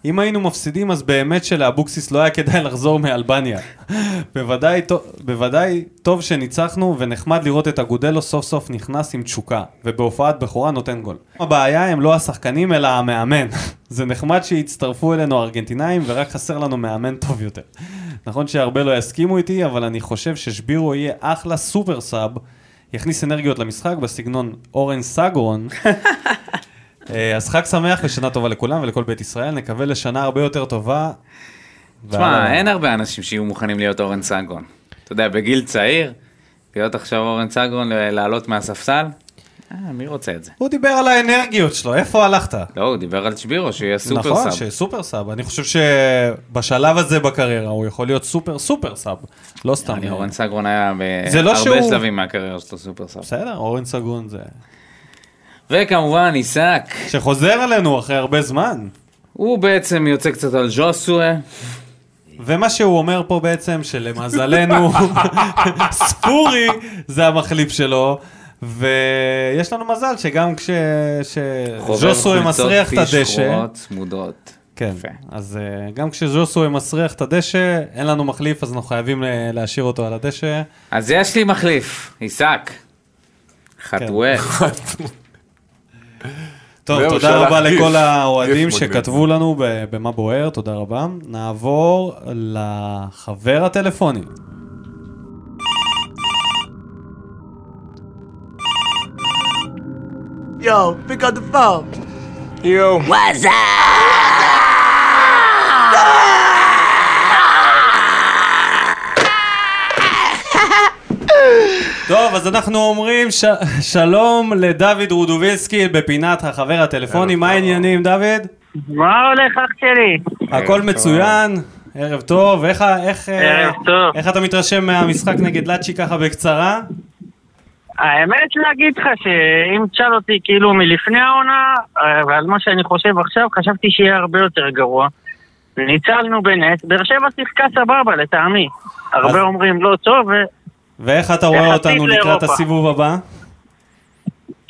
[SPEAKER 1] אם היינו מפסידים, אז באמת שלאבוקסיס לא היה כדאי לחזור מאלבניה. בוודאי, טו- בוודאי טוב שניצחנו, ונחמד לראות את אגודלו סוף סוף נכנס עם תשוקה, ובהופעת בכורה נותן גול. הבעיה הם לא השחקנים, אלא המאמן. זה נחמד שהצטרפו אלינו הארגנטינאים, ורק חסר לנו מאמן טוב יותר. נכון שהרבה לא יסכימו איתי, אבל אני חושב ששבירו יהיה אחלה סופר סאב. יכניס אנרגיות למשחק בסגנון אורן סגרון, אה, אז חג שמח ושנה טובה לכולם ולכל בית ישראל, נקווה לשנה הרבה יותר טובה.
[SPEAKER 2] תשמע, אין הרבה אנשים שיהיו מוכנים להיות אורן סגרון. אתה יודע, בגיל צעיר, להיות עכשיו אורן סגרון, לעלות מהספסל, אה, מי רוצה את זה?
[SPEAKER 1] הוא דיבר על האנרגיות שלו, איפה הלכת?
[SPEAKER 2] לא, הוא דיבר על צ'בירו, שיהיה סופר
[SPEAKER 1] נכון,
[SPEAKER 2] סאב.
[SPEAKER 1] שסופר סאב. אני חושב שבשלב הזה בקריירה הוא יכול להיות סופר סופר סאב. לא סתם.
[SPEAKER 2] אני אורן סגרון היה
[SPEAKER 1] זה לא
[SPEAKER 2] בהרבה
[SPEAKER 1] שהוא-
[SPEAKER 2] שלבים מהקריירה שלו סופר סאב.
[SPEAKER 1] בסדר, אורן סגון זה...
[SPEAKER 2] וכמובן, עיסק.
[SPEAKER 1] שחוזר אלינו אחרי הרבה זמן.
[SPEAKER 2] הוא בעצם יוצא קצת על ג'וסווה.
[SPEAKER 1] ומה שהוא אומר פה בעצם, שלמזלנו, ספורי זה המחליף שלו, ויש לנו מזל שגם כש...
[SPEAKER 2] חובב
[SPEAKER 1] שז'וסוי
[SPEAKER 2] חולצות
[SPEAKER 1] מסריח את
[SPEAKER 2] פיש
[SPEAKER 1] הדשא,
[SPEAKER 2] שחורות צמודות.
[SPEAKER 1] כן,
[SPEAKER 2] יפה.
[SPEAKER 1] אז אה, גם כשז'וסוי מסריח את הדשא, אין לנו מחליף, אז אנחנו חייבים ל- להשאיר אותו על הדשא.
[SPEAKER 2] אז יש לי מחליף, עיסק.
[SPEAKER 1] כן.
[SPEAKER 2] חתואל.
[SPEAKER 1] טוב,
[SPEAKER 3] זהו,
[SPEAKER 1] תודה רבה
[SPEAKER 3] שלח גיף.
[SPEAKER 1] לכל האוהדים
[SPEAKER 3] גיף מגניב.
[SPEAKER 1] שכתבו לנו ב- במה בוער, תודה רבה. נעבור לחבר הטלפוני.
[SPEAKER 5] Yo, pick up the phone.
[SPEAKER 4] יואו.
[SPEAKER 5] What's up?
[SPEAKER 1] טוב, אז אנחנו אומרים ש... שלום לדוד רודובילסקי בפינת החבר הטלפוני. מה העניינים, דוד?
[SPEAKER 6] מה הולך אח שלי?
[SPEAKER 1] הכל מצוין, ערב טוב. איך, ה- איך, אה,
[SPEAKER 6] ערב טוב.
[SPEAKER 1] איך אתה מתרשם מהמשחק נגד לאצ'י ככה בקצרה?
[SPEAKER 6] האמת להגיד לך שאם תשאל אותי כאילו מלפני העונה אה, ועל מה שאני חושב עכשיו, חשבתי שיהיה הרבה יותר גרוע. ניצלנו בנס, באר שבע שיחקה סבבה לטעמי. הרבה
[SPEAKER 1] אז-
[SPEAKER 6] אומרים לא טוב,
[SPEAKER 1] ואיך אתה רואה
[SPEAKER 6] יחסית
[SPEAKER 1] אותנו לקראת
[SPEAKER 6] לאירופה.
[SPEAKER 1] הסיבוב הבא?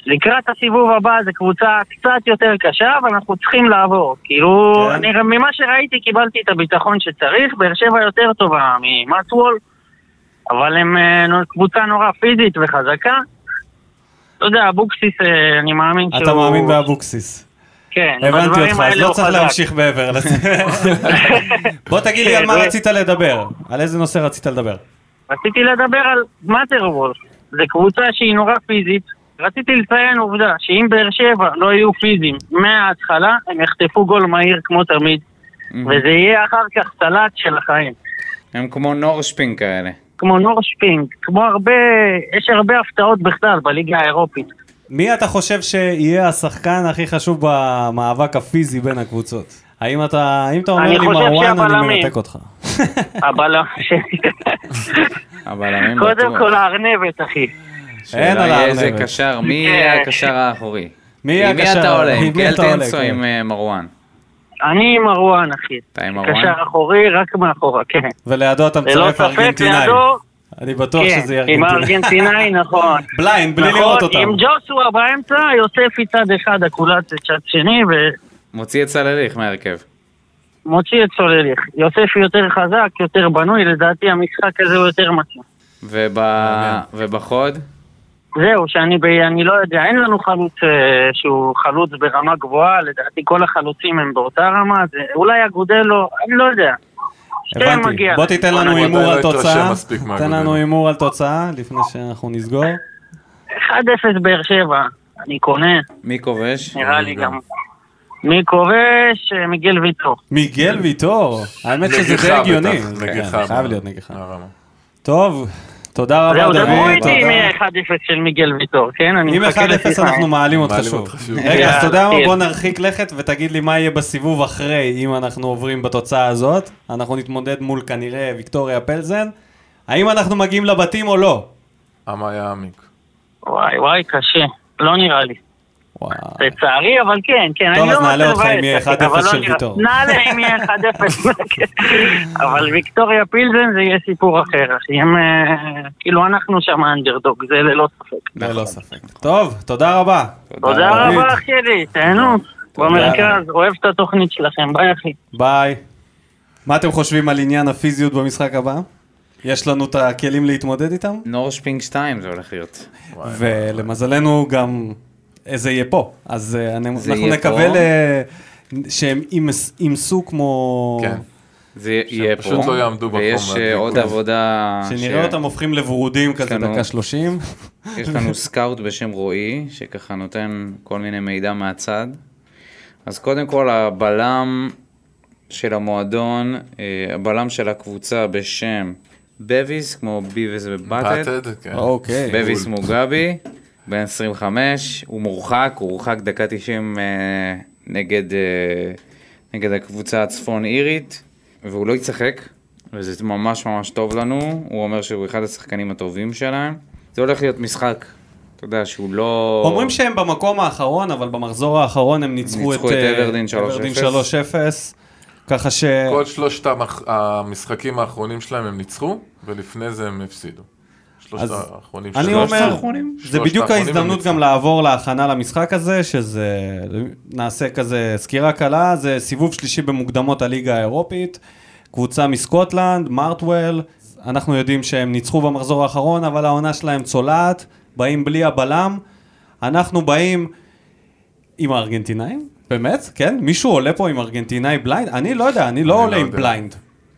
[SPEAKER 6] ולקראת הסיבוב הבא זו קבוצה קצת יותר קשה, אבל אנחנו צריכים לעבור. כאילו,
[SPEAKER 1] כן.
[SPEAKER 6] אני ממה שראיתי קיבלתי את הביטחון שצריך, באר שבע יותר טובה ממאטוול, אבל הם אה, נו- קבוצה נורא פיזית וחזקה. לא יודע, אבוקסיס, אה, אני מאמין שהוא...
[SPEAKER 1] אתה מאמין באבוקסיס.
[SPEAKER 6] כן,
[SPEAKER 1] הבנתי
[SPEAKER 6] בדברים
[SPEAKER 1] אותך, אז
[SPEAKER 6] האלה
[SPEAKER 1] לא
[SPEAKER 6] הוא
[SPEAKER 1] צריך
[SPEAKER 6] חזק.
[SPEAKER 1] להמשיך מעבר לזה. בוא תגיד לי על מה
[SPEAKER 6] כן,
[SPEAKER 1] רצית לדבר, על איזה נושא רצית לדבר.
[SPEAKER 6] רציתי לדבר על מאטרוול. זו קבוצה שהיא נורא פיזית. רציתי לציין עובדה, שאם באר שבע לא יהיו פיזיים מההתחלה, הם יחטפו גול מהיר כמו תמיד. וזה יהיה אחר כך סלט של החיים.
[SPEAKER 2] הם כמו נורשפין כאלה.
[SPEAKER 6] כמו נורשפינג, כמו הרבה, יש הרבה הפתעות בכלל בליגה האירופית.
[SPEAKER 1] מי אתה חושב שיהיה השחקן הכי חשוב במאבק הפיזי בין הקבוצות? האם אתה, אם אתה אומר
[SPEAKER 6] אני
[SPEAKER 1] לי
[SPEAKER 6] חושב
[SPEAKER 1] מרואן, אני
[SPEAKER 6] שהבלמים.
[SPEAKER 1] מרתק אותך.
[SPEAKER 6] הבלם, לא, ש...
[SPEAKER 2] אבל אני בטוח.
[SPEAKER 6] קודם כל הארנבת, אחי.
[SPEAKER 2] השאלה
[SPEAKER 1] אין על
[SPEAKER 2] היא איזה
[SPEAKER 1] הארנבת.
[SPEAKER 2] קשר, מי
[SPEAKER 6] כן.
[SPEAKER 2] יהיה הקשר האחורי?
[SPEAKER 1] מי יהיה
[SPEAKER 2] עם
[SPEAKER 1] הקשר?
[SPEAKER 2] מי אתה עולה?
[SPEAKER 1] עם
[SPEAKER 2] עם
[SPEAKER 1] מי אתה עולה,
[SPEAKER 2] גלטנס או
[SPEAKER 1] כן.
[SPEAKER 2] עם אה, מרואן?
[SPEAKER 6] אני עם מרואן, אחי.
[SPEAKER 2] אתה עם מרואן?
[SPEAKER 6] קשר אחורי, רק מאחורה, כן.
[SPEAKER 1] ולידו אתה
[SPEAKER 6] ללא
[SPEAKER 1] מצרף
[SPEAKER 6] ספק,
[SPEAKER 1] ארגנטינאי.
[SPEAKER 6] לידו,
[SPEAKER 1] אני בטוח
[SPEAKER 6] כן,
[SPEAKER 1] שזה יהיה
[SPEAKER 6] עם
[SPEAKER 1] ארגנטינאי.
[SPEAKER 6] הארגנטינאי, נכון.
[SPEAKER 1] בליינד, בלי
[SPEAKER 6] נכון,
[SPEAKER 1] לראות אותם.
[SPEAKER 6] עם ג'וסווה באמצע, יוספי צד אחד, אקולציה צד שני,
[SPEAKER 2] מוציא את סלליך מהרכב.
[SPEAKER 6] ומוציא את סולליך. יוספי יותר חזק, יותר בנוי, לדעתי המשחק הזה הוא יותר מתאים.
[SPEAKER 2] וב- ובחוד?
[SPEAKER 6] זהו, שאני ב... אני לא יודע, אין לנו חלוץ אה, שהוא חלוץ ברמה גבוהה, לדעתי כל החלוצים הם באותה רמה, זה אולי אגודלו, אני לא יודע. שתיהם
[SPEAKER 1] הבנתי.
[SPEAKER 6] כן, מגיע
[SPEAKER 1] בוא
[SPEAKER 6] להם.
[SPEAKER 1] תיתן לנו
[SPEAKER 3] עדיין
[SPEAKER 1] הימור
[SPEAKER 3] לא
[SPEAKER 1] על
[SPEAKER 3] התרשם
[SPEAKER 1] תוצאה.
[SPEAKER 3] מספיק
[SPEAKER 1] תן
[SPEAKER 3] מהגודל.
[SPEAKER 1] לנו הימור על תוצאה לפני שאנחנו נסגור.
[SPEAKER 6] 1-0 באר שבע, אני קונה,
[SPEAKER 2] מי כובש?
[SPEAKER 6] נראה לי גם. מי כובש? אה, מיגל ויטור.
[SPEAKER 1] מיגל ויטור. האמת שזה די
[SPEAKER 3] נגיחה
[SPEAKER 1] הגיוני.
[SPEAKER 3] בטח,
[SPEAKER 1] זה
[SPEAKER 3] נגיחה. אה.
[SPEAKER 1] כן, חייב להיות נגיחה.
[SPEAKER 3] הרמה.
[SPEAKER 1] טוב, תודה רבה
[SPEAKER 6] זהו,
[SPEAKER 1] דוד.
[SPEAKER 6] דברו איתי אם
[SPEAKER 1] תודה.
[SPEAKER 6] יהיה 1-0 של מיגל ויטור, כן? אני
[SPEAKER 1] אם 1-0
[SPEAKER 6] מחכה לשיחה. אה,
[SPEAKER 1] אנחנו מעלים אותך
[SPEAKER 3] מעלים
[SPEAKER 1] שוב.
[SPEAKER 3] אותך שוב.
[SPEAKER 1] רגע, אז
[SPEAKER 6] יאללה,
[SPEAKER 1] אתה יודע מה?
[SPEAKER 6] תהיה.
[SPEAKER 1] בוא נרחיק לכת ותגיד לי מה יהיה בסיבוב אחרי, אם אנחנו עוברים בתוצאה הזאת. אנחנו נתמודד מול כנראה ויקטוריה פלזן. האם אנחנו מגיעים לבתים או לא?
[SPEAKER 3] אמה היה עמיק.
[SPEAKER 6] וואי וואי, קשה. לא נראה לי.
[SPEAKER 1] וואי.
[SPEAKER 3] נכון.
[SPEAKER 6] לצערי, אבל כן, כן.
[SPEAKER 1] טוב,
[SPEAKER 6] אני
[SPEAKER 1] אז
[SPEAKER 6] לא רוצה
[SPEAKER 1] נעלה אותך
[SPEAKER 6] לבאס,
[SPEAKER 1] אם יהיה
[SPEAKER 6] אחי,
[SPEAKER 1] 1-0
[SPEAKER 6] אבל לא
[SPEAKER 1] של
[SPEAKER 6] נראה-
[SPEAKER 1] ויטור.
[SPEAKER 6] נעלה אם יהיה 1-0, אבל ויקטוריה פילזן זה יהיה סיפור אחר, אחי. הם, אה, כאילו, אנחנו שם אנדרדוג, זה ללא ספק.
[SPEAKER 1] ללא לא ספק. טוב, תודה רבה.
[SPEAKER 6] תודה
[SPEAKER 1] רבה.
[SPEAKER 6] רבה, אח שלי, תהנו. במרכז, אוהב את התוכנית שלכם, ביי, אחי.
[SPEAKER 1] ביי. מה אתם חושבים על עניין הפיזיות במשחק הבא? יש לנו את הכלים להתמודד איתם?
[SPEAKER 2] נורשפינג 2 זה הולך להיות.
[SPEAKER 1] ולמזלנו גם אה, זה יהיה פה, אז אה, אני- אנחנו
[SPEAKER 2] יהיה
[SPEAKER 1] נקווה
[SPEAKER 2] פה.
[SPEAKER 1] ל- שהם ימס- ימסו כמו...
[SPEAKER 3] כן.
[SPEAKER 2] זה יהיה פה.
[SPEAKER 3] פשוט לא יעמדו במקום
[SPEAKER 2] ויש אה,
[SPEAKER 3] להדליק
[SPEAKER 2] עוד
[SPEAKER 3] אותם.
[SPEAKER 2] עבודה...
[SPEAKER 1] כן. שנראה
[SPEAKER 2] ש-
[SPEAKER 1] אותם הופכים לוורודים כזה
[SPEAKER 2] לנו- כן.
[SPEAKER 1] דקה שלושים.
[SPEAKER 2] יש לנו סקאוט בשם רועי, שככה נותן כל מיני מידע מהצד. אז קודם כל הבלם של המועדון, אה, הבלם של הקבוצה בשם בביס, כמו ביביס ובטד,
[SPEAKER 3] פאטד, כן.
[SPEAKER 1] אוקיי.
[SPEAKER 2] בביס מוגבי, בן 25, הוא מורחק, הוא הורחק דקה 90 אה, נגד, אה, נגד הקבוצה הצפון אירית, והוא לא ישחק, וזה ממש ממש טוב לנו, הוא אומר שהוא אחד השחקנים הטובים שלהם. זה הולך להיות משחק, אתה יודע, שהוא לא...
[SPEAKER 1] אומרים שהם במקום האחרון, אבל במחזור האחרון הם ניצחו
[SPEAKER 2] ניצחו את
[SPEAKER 1] אה,
[SPEAKER 2] אברדין 3-0.
[SPEAKER 1] אברדין 3-0. ככה ש...
[SPEAKER 3] כל שלושת המח- המשחקים האחרונים שלהם הם ניצחו, ולפני זה הם הפסידו. שלושת
[SPEAKER 1] אז
[SPEAKER 3] האחרונים
[SPEAKER 1] אני
[SPEAKER 3] שלהם.
[SPEAKER 1] אומר,
[SPEAKER 2] האחרונים?
[SPEAKER 1] זה
[SPEAKER 3] שלושת
[SPEAKER 1] בדיוק
[SPEAKER 3] האחרונים
[SPEAKER 1] ההזדמנות
[SPEAKER 3] הם
[SPEAKER 1] גם לעבור להכנה למשחק הזה, שזה, נעשה כזה סקירה קלה, זה סיבוב שלישי במוקדמות הליגה האירופית, קבוצה מסקוטלנד, מרטוול, אנחנו יודעים שהם ניצחו במחזור האחרון, אבל העונה שלהם צולעת, באים בלי הבלם, אנחנו באים עם הארגנטינאים, באמת? כן? מישהו עולה פה עם ארגנטינאי בליינד? אני לא יודע, אני
[SPEAKER 3] אני
[SPEAKER 1] לא עולה
[SPEAKER 3] לא
[SPEAKER 1] עם
[SPEAKER 3] יודע.
[SPEAKER 1] בליינד.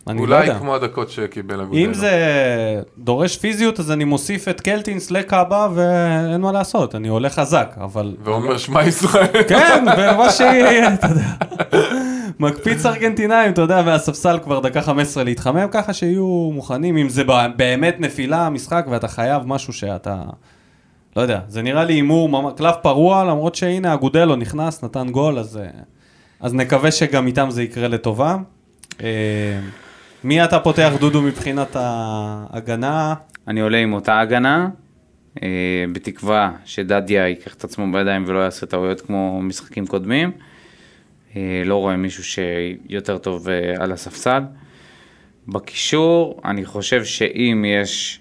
[SPEAKER 1] אני לא
[SPEAKER 3] אולי
[SPEAKER 1] יודע.
[SPEAKER 3] כמו הדקות שקיבל אגודלו.
[SPEAKER 1] אם זה דורש פיזיות, אז אני מוסיף את קלטינס לקאבה, ואין מה לעשות, אני עולה חזק, אבל...
[SPEAKER 3] ואומר שמע ישראל.
[SPEAKER 1] כן, ומה שיהיה, אתה יודע. מקפיץ ארגנטינאים, אתה יודע, והספסל כבר דקה 15 להתחמם, ככה שיהיו מוכנים, אם זה ב- באמת נפילה, המשחק, ואתה חייב משהו שאתה... לא יודע, זה נראה לי הימור, ממש- קלף פרוע, למרות שהנה, אגודלו נכנס, נתן גול, אז, אה, אז נקווה שגם איתם זה יקרה לטובה. אה, מי אתה פותח, דודו, מבחינת ההגנה?
[SPEAKER 2] אני עולה עם אותה הגנה, אה, בתקווה שדדיה ייקח את עצמו בידיים ולא יעשה טעויות כמו משחקים קודמים. אה, לא רואה מישהו שיותר טוב אה, על הספסל. בקישור, אני חושב שאם יש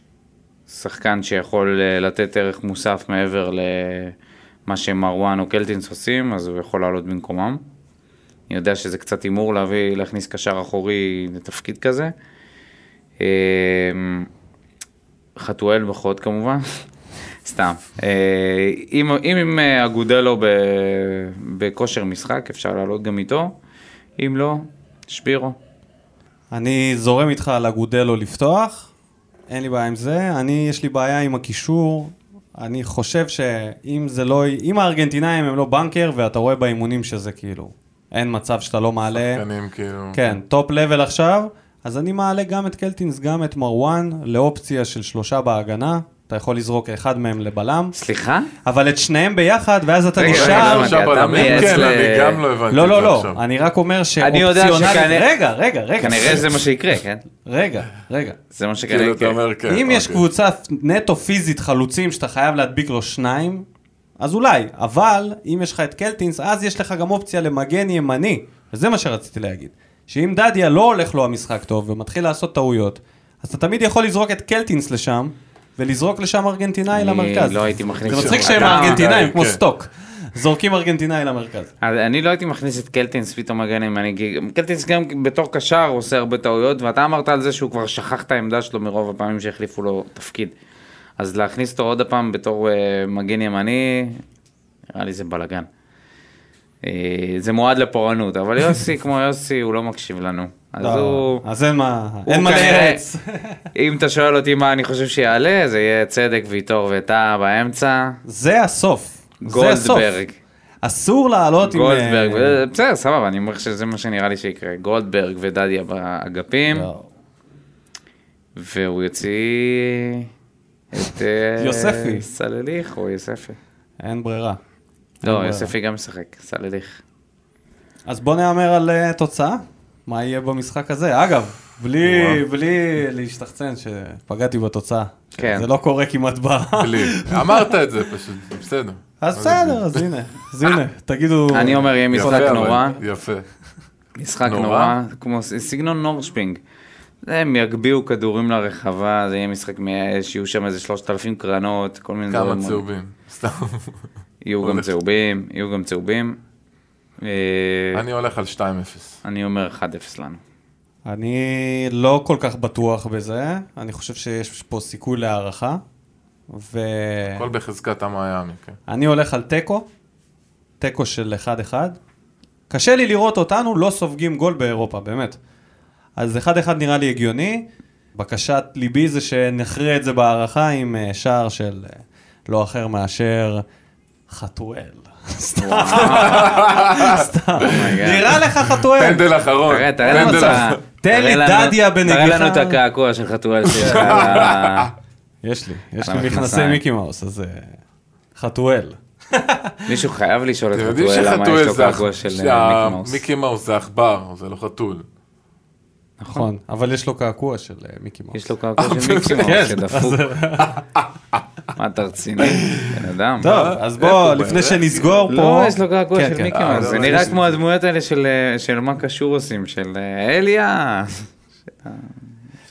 [SPEAKER 2] שחקן שיכול אה, לתת ערך מוסף מעבר למה שמרואן או קלטינס עושים, אז הוא יכול לעלות במקומם. אני יודע שזה קצת הימור להביא, להכניס קשר אחורי לתפקיד כזה. אה, חתואל בחוד כמובן, סתם. אה, אם, אם עם אה, אגודלו ב- בכושר משחק, אפשר לעלות גם איתו, אם לא, שבירו.
[SPEAKER 1] אני זורם איתך על אגודלו לפתוח, אין לי בעיה עם זה, אני, יש לי בעיה עם הקישור, אני חושב שאם זה לא, אם הארגנטינאים הם לא בנקר, ואתה רואה באימונים שזה כאילו, אין מצב שאתה לא מעלה,
[SPEAKER 3] שחקנים, כאילו.
[SPEAKER 1] כן, טופ לבל עכשיו, אז אני מעלה גם את קלטינס, גם את מרואן, לאופציה של שלושה בהגנה, אתה יכול לזרוק אחד מהם לבלם,
[SPEAKER 2] סליחה?
[SPEAKER 1] אבל את שניהם ביחד, ואז אתה
[SPEAKER 2] רגע, רגע,
[SPEAKER 1] נשאר...
[SPEAKER 2] למה?
[SPEAKER 3] עכשיו
[SPEAKER 2] אתה
[SPEAKER 3] בלמים,
[SPEAKER 2] מייעץ
[SPEAKER 3] כן,
[SPEAKER 2] ל-
[SPEAKER 3] אני גם לא הבנתי
[SPEAKER 1] לא,
[SPEAKER 3] את
[SPEAKER 1] לא,
[SPEAKER 3] זה
[SPEAKER 1] לא,
[SPEAKER 3] עכשיו.
[SPEAKER 1] אני רק אומר
[SPEAKER 2] אני יודע
[SPEAKER 1] שאופציונלית...
[SPEAKER 2] שכנראה-
[SPEAKER 1] רגע, רגע, רגע.
[SPEAKER 2] כנראה זה מה שיקרה, כן?
[SPEAKER 1] רגע, רגע.
[SPEAKER 2] זה מה שכנראה
[SPEAKER 3] כאילו, אתה
[SPEAKER 2] יקרה.
[SPEAKER 3] אומר, כן.
[SPEAKER 1] אם יש
[SPEAKER 3] אוקיי.
[SPEAKER 1] קבוצה נטו פיזית חלוצים שאתה חייב להדביק לו שניים, אז אולי, אבל אם יש לך את קלטינס, אז יש לך גם אופציה למגן ימני, וזה מה שרציתי להגיד. שאם דדיה לא הולך לו המשחק טוב ומתחיל לעשות טעויות, אז אתה תמיד יכול לזרוק את קלטינס לשם, ולזרוק לשם ארגנטינאי
[SPEAKER 2] אני
[SPEAKER 1] למרכז.
[SPEAKER 2] לא הייתי מכניס
[SPEAKER 1] זה
[SPEAKER 2] שום
[SPEAKER 1] מצחיק
[SPEAKER 2] אדם.
[SPEAKER 1] שהם ארגנטינאים,
[SPEAKER 3] כן.
[SPEAKER 1] כמו סטוק. זורקים ארגנטינאי למרכז.
[SPEAKER 2] אז אני לא הייתי מכניס את קלטינס פתאום מגן ימני, כי קלטינס גם בתור קשר עושה הרבה טעויות, ואתה אמרת על זה שהוא כבר שכח את העמדה שלו מרוב הפעמים שהחליפו לו תפקיד. אז להכניס אותו עוד הפעם בתור אה, מגן ימני, נראה לי זה בלאגן. אה, זה מועד לפורענות, אבל יוסי כמו יוסי הוא לא מקשיב לנו. אז
[SPEAKER 1] לא,
[SPEAKER 2] הוא...
[SPEAKER 1] אז אין מה,
[SPEAKER 2] הוא
[SPEAKER 1] אין מה
[SPEAKER 2] כנראה-
[SPEAKER 1] לארץ.
[SPEAKER 2] אם אתה שואל אותי מה אני חושב שיעלה, זה יהיה צדק, ויטור וטאה באמצע,
[SPEAKER 1] זה הסוף. זה הסוף.
[SPEAKER 2] גולדברג.
[SPEAKER 1] אסור לעלות עם...
[SPEAKER 2] גולדברג,
[SPEAKER 1] אה,
[SPEAKER 2] ו- בסדר, סבבה, אני אומר שזה מה שנראה לי שיקרה. גולדברג ודדיה באגפים,
[SPEAKER 1] לא.
[SPEAKER 2] והוא יוציא את... אה,
[SPEAKER 1] יוספי.
[SPEAKER 2] סלליך או יוספי.
[SPEAKER 1] אין ברירה. אין
[SPEAKER 2] לא,
[SPEAKER 1] ברירה.
[SPEAKER 2] יוספי גם משחק, סלליך.
[SPEAKER 1] אז בוא נהמר על אה, תוצאה, מה יהיה במשחק הזה. אגב, בלי, בלי להשתחצן שפגעתי בתוצאה.
[SPEAKER 2] כן.
[SPEAKER 1] זה לא קורה כמעט ב...
[SPEAKER 3] בלי. אמרת את זה פשוט, זה בסדר.
[SPEAKER 1] אז בסדר, אז הנה, אז הנה, תגידו...
[SPEAKER 2] אני אומר, יהיה משחק
[SPEAKER 3] יפה, אבל,
[SPEAKER 2] נורא,
[SPEAKER 3] יפה.
[SPEAKER 2] משחק
[SPEAKER 3] נורא?
[SPEAKER 2] נורא, כמו ס- סגנון נורשפינג. הם יגביהו כדורים לרחבה, זה יהיה משחק מאש, יהיו שם איזה 3,000 קרנות, כל מיני
[SPEAKER 3] כמה
[SPEAKER 2] דברים.
[SPEAKER 3] צהובים. סתם.
[SPEAKER 2] יהיו גם
[SPEAKER 3] הולך.
[SPEAKER 2] צהובים, יהיו גם צהובים. אה,
[SPEAKER 3] אני הולך על 2-0.
[SPEAKER 2] אני אומר 1-0 לנו.
[SPEAKER 1] אני לא כל כך בטוח בזה, אני חושב שיש פה סיכוי להערכה, ו...
[SPEAKER 2] כן.
[SPEAKER 3] הכל בחזקת המיאמי, כן.
[SPEAKER 1] אני הולך על תיקו, תיקו של 1-1. קשה לי לראות אותנו לא סופגים גול באירופה, באמת. אז 1-1 נראה לי הגיוני. בקשת ליבי זה שנכרה את זה בהערכה עם אה, שער של אה, לא אחר מאשר חתואל. סתם, סתם. נראה לך חתואל.
[SPEAKER 3] פנדל אחרון.
[SPEAKER 2] תראה, תראה לנו את ה...
[SPEAKER 1] תן לי
[SPEAKER 2] תראה לנו-
[SPEAKER 1] דדיה בנגיחה.
[SPEAKER 2] תראה לנו את הקעקוע של חתואל שיש לך על ה...
[SPEAKER 1] יש לי, יש
[SPEAKER 2] על
[SPEAKER 1] לי
[SPEAKER 2] המכנסיים.
[SPEAKER 1] מכנסי מיקי מאוס, אז... אה, חתואל.
[SPEAKER 2] מישהו חייב לשאול את
[SPEAKER 3] אתם יודעים
[SPEAKER 2] חתואל למה יש
[SPEAKER 3] שחתואל
[SPEAKER 2] לו
[SPEAKER 3] זה...
[SPEAKER 2] געגוע של אה, מיקי מאוס.
[SPEAKER 3] מיקי מאוס זה עכבר, זה לא חתול.
[SPEAKER 1] נכון, אבל יש לו קעקוע של אה, מיקי מאוס.
[SPEAKER 2] יש לו קרקע של מיקי
[SPEAKER 1] כן,
[SPEAKER 2] מאוס, שדפוק.
[SPEAKER 1] אז-
[SPEAKER 2] מה, אתה רציני? בן אדם.
[SPEAKER 1] טוב, אז בוא,
[SPEAKER 3] איפה,
[SPEAKER 1] לפני
[SPEAKER 3] באמת?
[SPEAKER 1] שנסגור פה...
[SPEAKER 2] לא, יש לו געגוע
[SPEAKER 1] כן,
[SPEAKER 2] של
[SPEAKER 1] כן.
[SPEAKER 2] מיקי
[SPEAKER 1] אה,
[SPEAKER 2] מאוס. זה
[SPEAKER 1] לא,
[SPEAKER 2] נראה
[SPEAKER 1] יש-
[SPEAKER 2] כמו הדמויות האלה של, אה, של מה קשור עושים, של אה, אליה.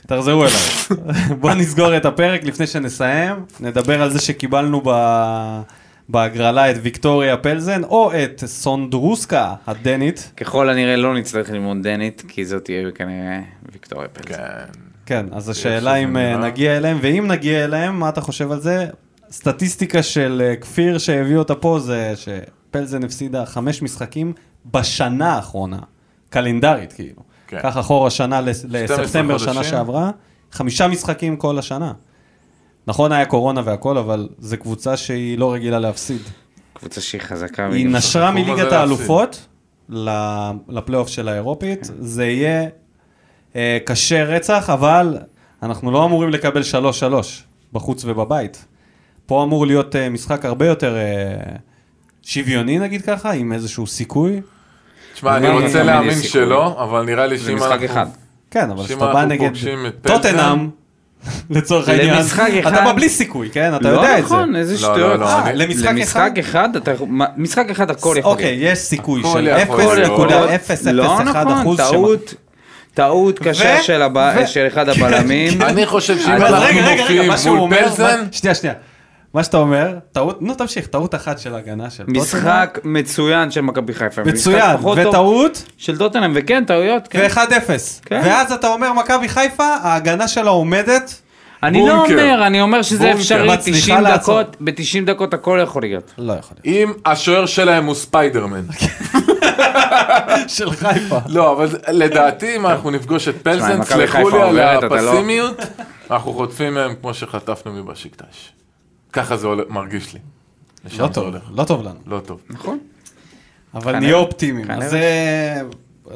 [SPEAKER 1] תחזרו אליי. בואו נסגור את הפרק לפני שנסיים. נדבר על זה שקיבלנו ב- בהגרלה את ויקטוריה פלזן, או את סונדרוסקה הדנית.
[SPEAKER 2] ככל הנראה לא נצטרך ללמוד דנית, כי זאת תהיה כנראה ויקטוריה פלס.
[SPEAKER 3] כן.
[SPEAKER 1] כן, אז השאלה
[SPEAKER 3] יש
[SPEAKER 1] אם
[SPEAKER 3] איזה
[SPEAKER 1] אה,
[SPEAKER 3] מילה?
[SPEAKER 1] נגיע אליהם, ואם נגיע אליהם, מה אתה חושב על זה? סטטיסטיקה של אה, כפיר שהביא אותה פה זה שפלזן הפסידה חמש משחקים בשנה האחרונה, קלנדרית כאילו.
[SPEAKER 3] כן.
[SPEAKER 1] קח אחורה שנה לס-
[SPEAKER 3] 12
[SPEAKER 1] לספטמבר שנה
[SPEAKER 3] חודשים.
[SPEAKER 1] שעברה, חמישה משחקים כל השנה. נכון היה קורונה והכל, אבל זו קבוצה שהיא לא רגילה להפסיד.
[SPEAKER 2] קבוצה שהיא חזקה.
[SPEAKER 1] היא
[SPEAKER 2] והיא-
[SPEAKER 1] נשרה
[SPEAKER 3] הסכום
[SPEAKER 1] מליגת
[SPEAKER 3] הזה
[SPEAKER 1] האלופות ל- לפלייאוף של האירופית, זה יהיה אה, קשה רצח, אבל אנחנו לא אמורים לקבל 3-3 בחוץ ובבית. פה אמור להיות אה, משחק הרבה יותר אה, שוויוני נגיד ככה, עם איזשהו סיכוי.
[SPEAKER 3] תשמע, אני
[SPEAKER 2] לא, לא, לא,
[SPEAKER 3] רוצה
[SPEAKER 2] לא,
[SPEAKER 3] להאמין
[SPEAKER 2] יש סיכוי.
[SPEAKER 3] שלא, אבל נראה לי
[SPEAKER 2] זה
[SPEAKER 3] שאם
[SPEAKER 2] משחק אחד.
[SPEAKER 3] אנחנו...
[SPEAKER 1] כן, אבל
[SPEAKER 3] שאם
[SPEAKER 1] כשאתה בא
[SPEAKER 3] אנחנו
[SPEAKER 1] נגד
[SPEAKER 3] פוגשים את פלזן-
[SPEAKER 1] טוטנאם, לצורך העניין,
[SPEAKER 2] למשחק
[SPEAKER 1] אתה
[SPEAKER 2] אחד.
[SPEAKER 1] בא בלי סיכוי, כן? אתה
[SPEAKER 2] לא
[SPEAKER 1] יודע את זה.
[SPEAKER 2] נכון, איזה
[SPEAKER 3] לא, לא,
[SPEAKER 2] שטויות.
[SPEAKER 3] לא,
[SPEAKER 1] אה,
[SPEAKER 3] אני-
[SPEAKER 1] למשחק אחד?
[SPEAKER 2] למשחק אחד, אתה יכול- מה- משחק אחד הכל יכול
[SPEAKER 1] אוקיי, יש סיכוי
[SPEAKER 3] הכל
[SPEAKER 1] של
[SPEAKER 3] יכול להיות.
[SPEAKER 1] 0.001
[SPEAKER 2] לא נכון,
[SPEAKER 1] אחוז שמ-
[SPEAKER 2] טעות, טעות קשה
[SPEAKER 1] ו-
[SPEAKER 2] של הבע-
[SPEAKER 1] ו- כן.
[SPEAKER 2] של אחד הבלמים.
[SPEAKER 3] אני חושב שאם
[SPEAKER 1] אבל רגע,
[SPEAKER 3] אנחנו
[SPEAKER 1] רגע, רגע,
[SPEAKER 3] מופיעים
[SPEAKER 1] מה שהוא
[SPEAKER 3] מול
[SPEAKER 1] אומר,
[SPEAKER 3] פלזן,
[SPEAKER 1] מה- שנייה, שנייה. מה שאתה אומר, טעות, נו תמשיך, טעות אחת של הגנה של טוטנהאם.
[SPEAKER 2] משחק מצוין של מכבי חיפה.
[SPEAKER 1] מצוין,
[SPEAKER 2] משחק פחות טוב
[SPEAKER 1] וטעות,
[SPEAKER 2] של דוטנאם, וכן, טעויות, כן.
[SPEAKER 1] ו-1-0.
[SPEAKER 2] כן.
[SPEAKER 1] ואז אתה אומר, מכבי חיפה, ההגנה שלה עומדת.
[SPEAKER 2] אני לא
[SPEAKER 3] בונקר.
[SPEAKER 2] אומר, אני אומר שזה
[SPEAKER 3] בונקר.
[SPEAKER 2] אפשרי,
[SPEAKER 1] מצליחה
[SPEAKER 2] 90
[SPEAKER 1] לעצור.
[SPEAKER 2] דקות, ב-90 דקות הכל יכול להיות.
[SPEAKER 1] לא יכול
[SPEAKER 3] אם השוער שלהם הוא ספיידרמן.
[SPEAKER 1] להיות. של חיפה.
[SPEAKER 3] לא, אבל לדעתי אם אנחנו נפגוש את
[SPEAKER 2] תשמע, אם
[SPEAKER 3] פלזן,
[SPEAKER 2] מכבי
[SPEAKER 3] סלחו לי
[SPEAKER 2] חיפה
[SPEAKER 3] על
[SPEAKER 2] עוברת, אתה לא-
[SPEAKER 3] הפסימיות, אנחנו חוטפים מהם כמו שחטפנו מבשיקטש. ככה זה הולך- מרגיש לי. לשם
[SPEAKER 1] לא
[SPEAKER 3] זה
[SPEAKER 1] טוב,
[SPEAKER 3] הולך.
[SPEAKER 1] לא טוב לנו.
[SPEAKER 3] לא טוב.
[SPEAKER 2] נכון.
[SPEAKER 1] אבל
[SPEAKER 2] כנראה.
[SPEAKER 1] נהיה אופטימיים.
[SPEAKER 2] כנראה.
[SPEAKER 1] אז זה...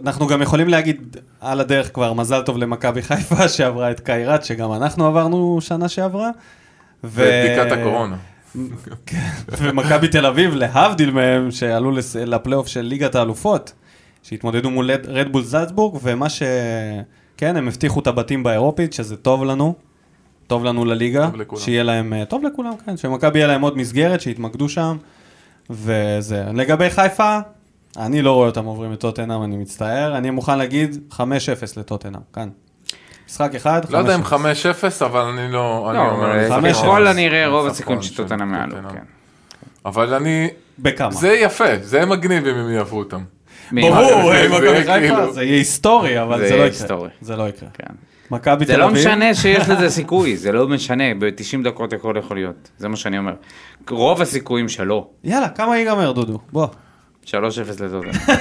[SPEAKER 1] אנחנו גם יכולים להגיד על הדרך כבר מזל טוב למכבי חיפה שעברה את קיירת, שגם אנחנו עברנו שנה שעברה. ו-
[SPEAKER 3] בדיקת הקורונה.
[SPEAKER 1] ומכבי תל אביב, להבדיל מהם, שעלו לס- לפלייאוף של ליגת האלופות, שהתמודדו מול לד- רדבול זלצבורג, ומה ש... כן, הם הבטיחו את הבתים באירופית, שזה טוב לנו, טוב לנו לליגה,
[SPEAKER 3] טוב לכולם.
[SPEAKER 1] שיהיה להם, אה, טוב לכולם, כן, שמכבי יהיה להם עוד מסגרת, שיתמקדו שם, וזה. לגבי חיפה, אני לא רואה אותם עוברים את טוטנאם, אני מצטער, אני מוכן להגיד 5-0 לטוטנאם, כאן. משחק אחד, 5-0.
[SPEAKER 3] לא יודע אם 5-0, אבל אני לא... אני
[SPEAKER 2] לא,
[SPEAKER 3] אומר,
[SPEAKER 2] אבל
[SPEAKER 3] אני
[SPEAKER 1] חמש,
[SPEAKER 3] חושב
[SPEAKER 2] ככל
[SPEAKER 3] שזה
[SPEAKER 2] הנראה רוב
[SPEAKER 3] ניצחון
[SPEAKER 2] הסיכויים
[SPEAKER 3] של
[SPEAKER 2] שטוטנאם מעלו,
[SPEAKER 3] טוטנהאם.
[SPEAKER 2] כן.
[SPEAKER 3] אבל אני...
[SPEAKER 1] בכמה.
[SPEAKER 3] זה יפה, זה יהיה מגניב אם הם יעברו אותם.
[SPEAKER 1] ברור,
[SPEAKER 3] זה-
[SPEAKER 1] אה,
[SPEAKER 3] זה
[SPEAKER 1] מכבי חיפה,
[SPEAKER 3] כאילו-
[SPEAKER 1] זה יהיה היסטורי, אבל
[SPEAKER 2] זה
[SPEAKER 1] זה לא
[SPEAKER 2] יהיה
[SPEAKER 1] יקרה.
[SPEAKER 2] היסטורי.
[SPEAKER 1] זה לא יקרה.
[SPEAKER 2] כן.
[SPEAKER 1] מכבי
[SPEAKER 2] זה
[SPEAKER 1] תל
[SPEAKER 2] לא
[SPEAKER 1] אביב.
[SPEAKER 2] משנה שיש לזה סיכוי, זה לא משנה, ב-90 דקות הכל יכול להיות, זה מה שאני אומר. רוב הסיכויים שלא,
[SPEAKER 1] יאללה, כמה ייגמר, דודו? בוא,
[SPEAKER 2] 3-0 לטוטנאם.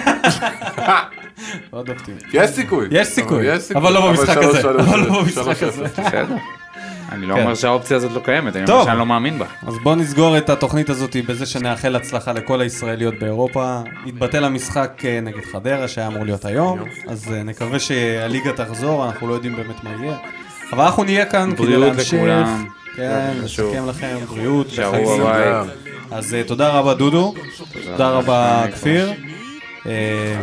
[SPEAKER 1] עוד אופטימי.
[SPEAKER 3] יש סיכוי.
[SPEAKER 1] יש סיכוי,
[SPEAKER 3] יש
[SPEAKER 1] אבל לא במשחק
[SPEAKER 3] שלוש-
[SPEAKER 1] הזה,
[SPEAKER 3] שלוש-
[SPEAKER 1] אבל לא
[SPEAKER 3] שלוש-
[SPEAKER 1] במשחק
[SPEAKER 3] שלוש-
[SPEAKER 1] הזה.
[SPEAKER 2] בסדר. אני לא
[SPEAKER 1] כן.
[SPEAKER 2] אומר שהאופציה הזאת לא קיימת, אני
[SPEAKER 1] טוב.
[SPEAKER 2] אומר שאני לא מאמין בה.
[SPEAKER 1] אז בוא נסגור את התוכנית הזאת בזה שנאחל הצלחה לכל הישראליות באירופה. התבטל המשחק אה, נגד חדרה, שהיה אמור להיות היום, אז אה, נקווה שהליגה תחזור, אנחנו לא יודעים באמת מה יהיה. אבל אנחנו נהיה כאן כדי
[SPEAKER 2] בריאות
[SPEAKER 1] להמשיך.
[SPEAKER 2] לכולם.
[SPEAKER 1] כן,
[SPEAKER 2] חשוב.
[SPEAKER 1] נסכם לכם, בריאות.
[SPEAKER 2] שערו
[SPEAKER 1] וחגים.
[SPEAKER 2] בבית.
[SPEAKER 1] אז אה, תודה רבה דודו, תודה רבה כפיר. אה,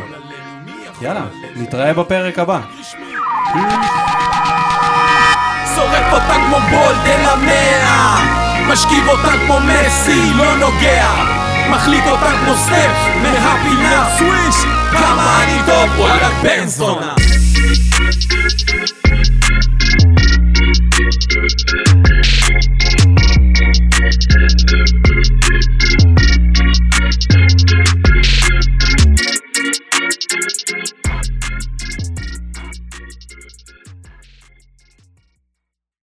[SPEAKER 1] יאללה, נתראה בפרק הבא.
[SPEAKER 7] שורף אותה כמו בולדן המאה משכיב אותה כמו מסי, לא נוגע מחליט אותה כמו סטף, מהפינה סוויש כמה אני טוב, וואלה בן זונה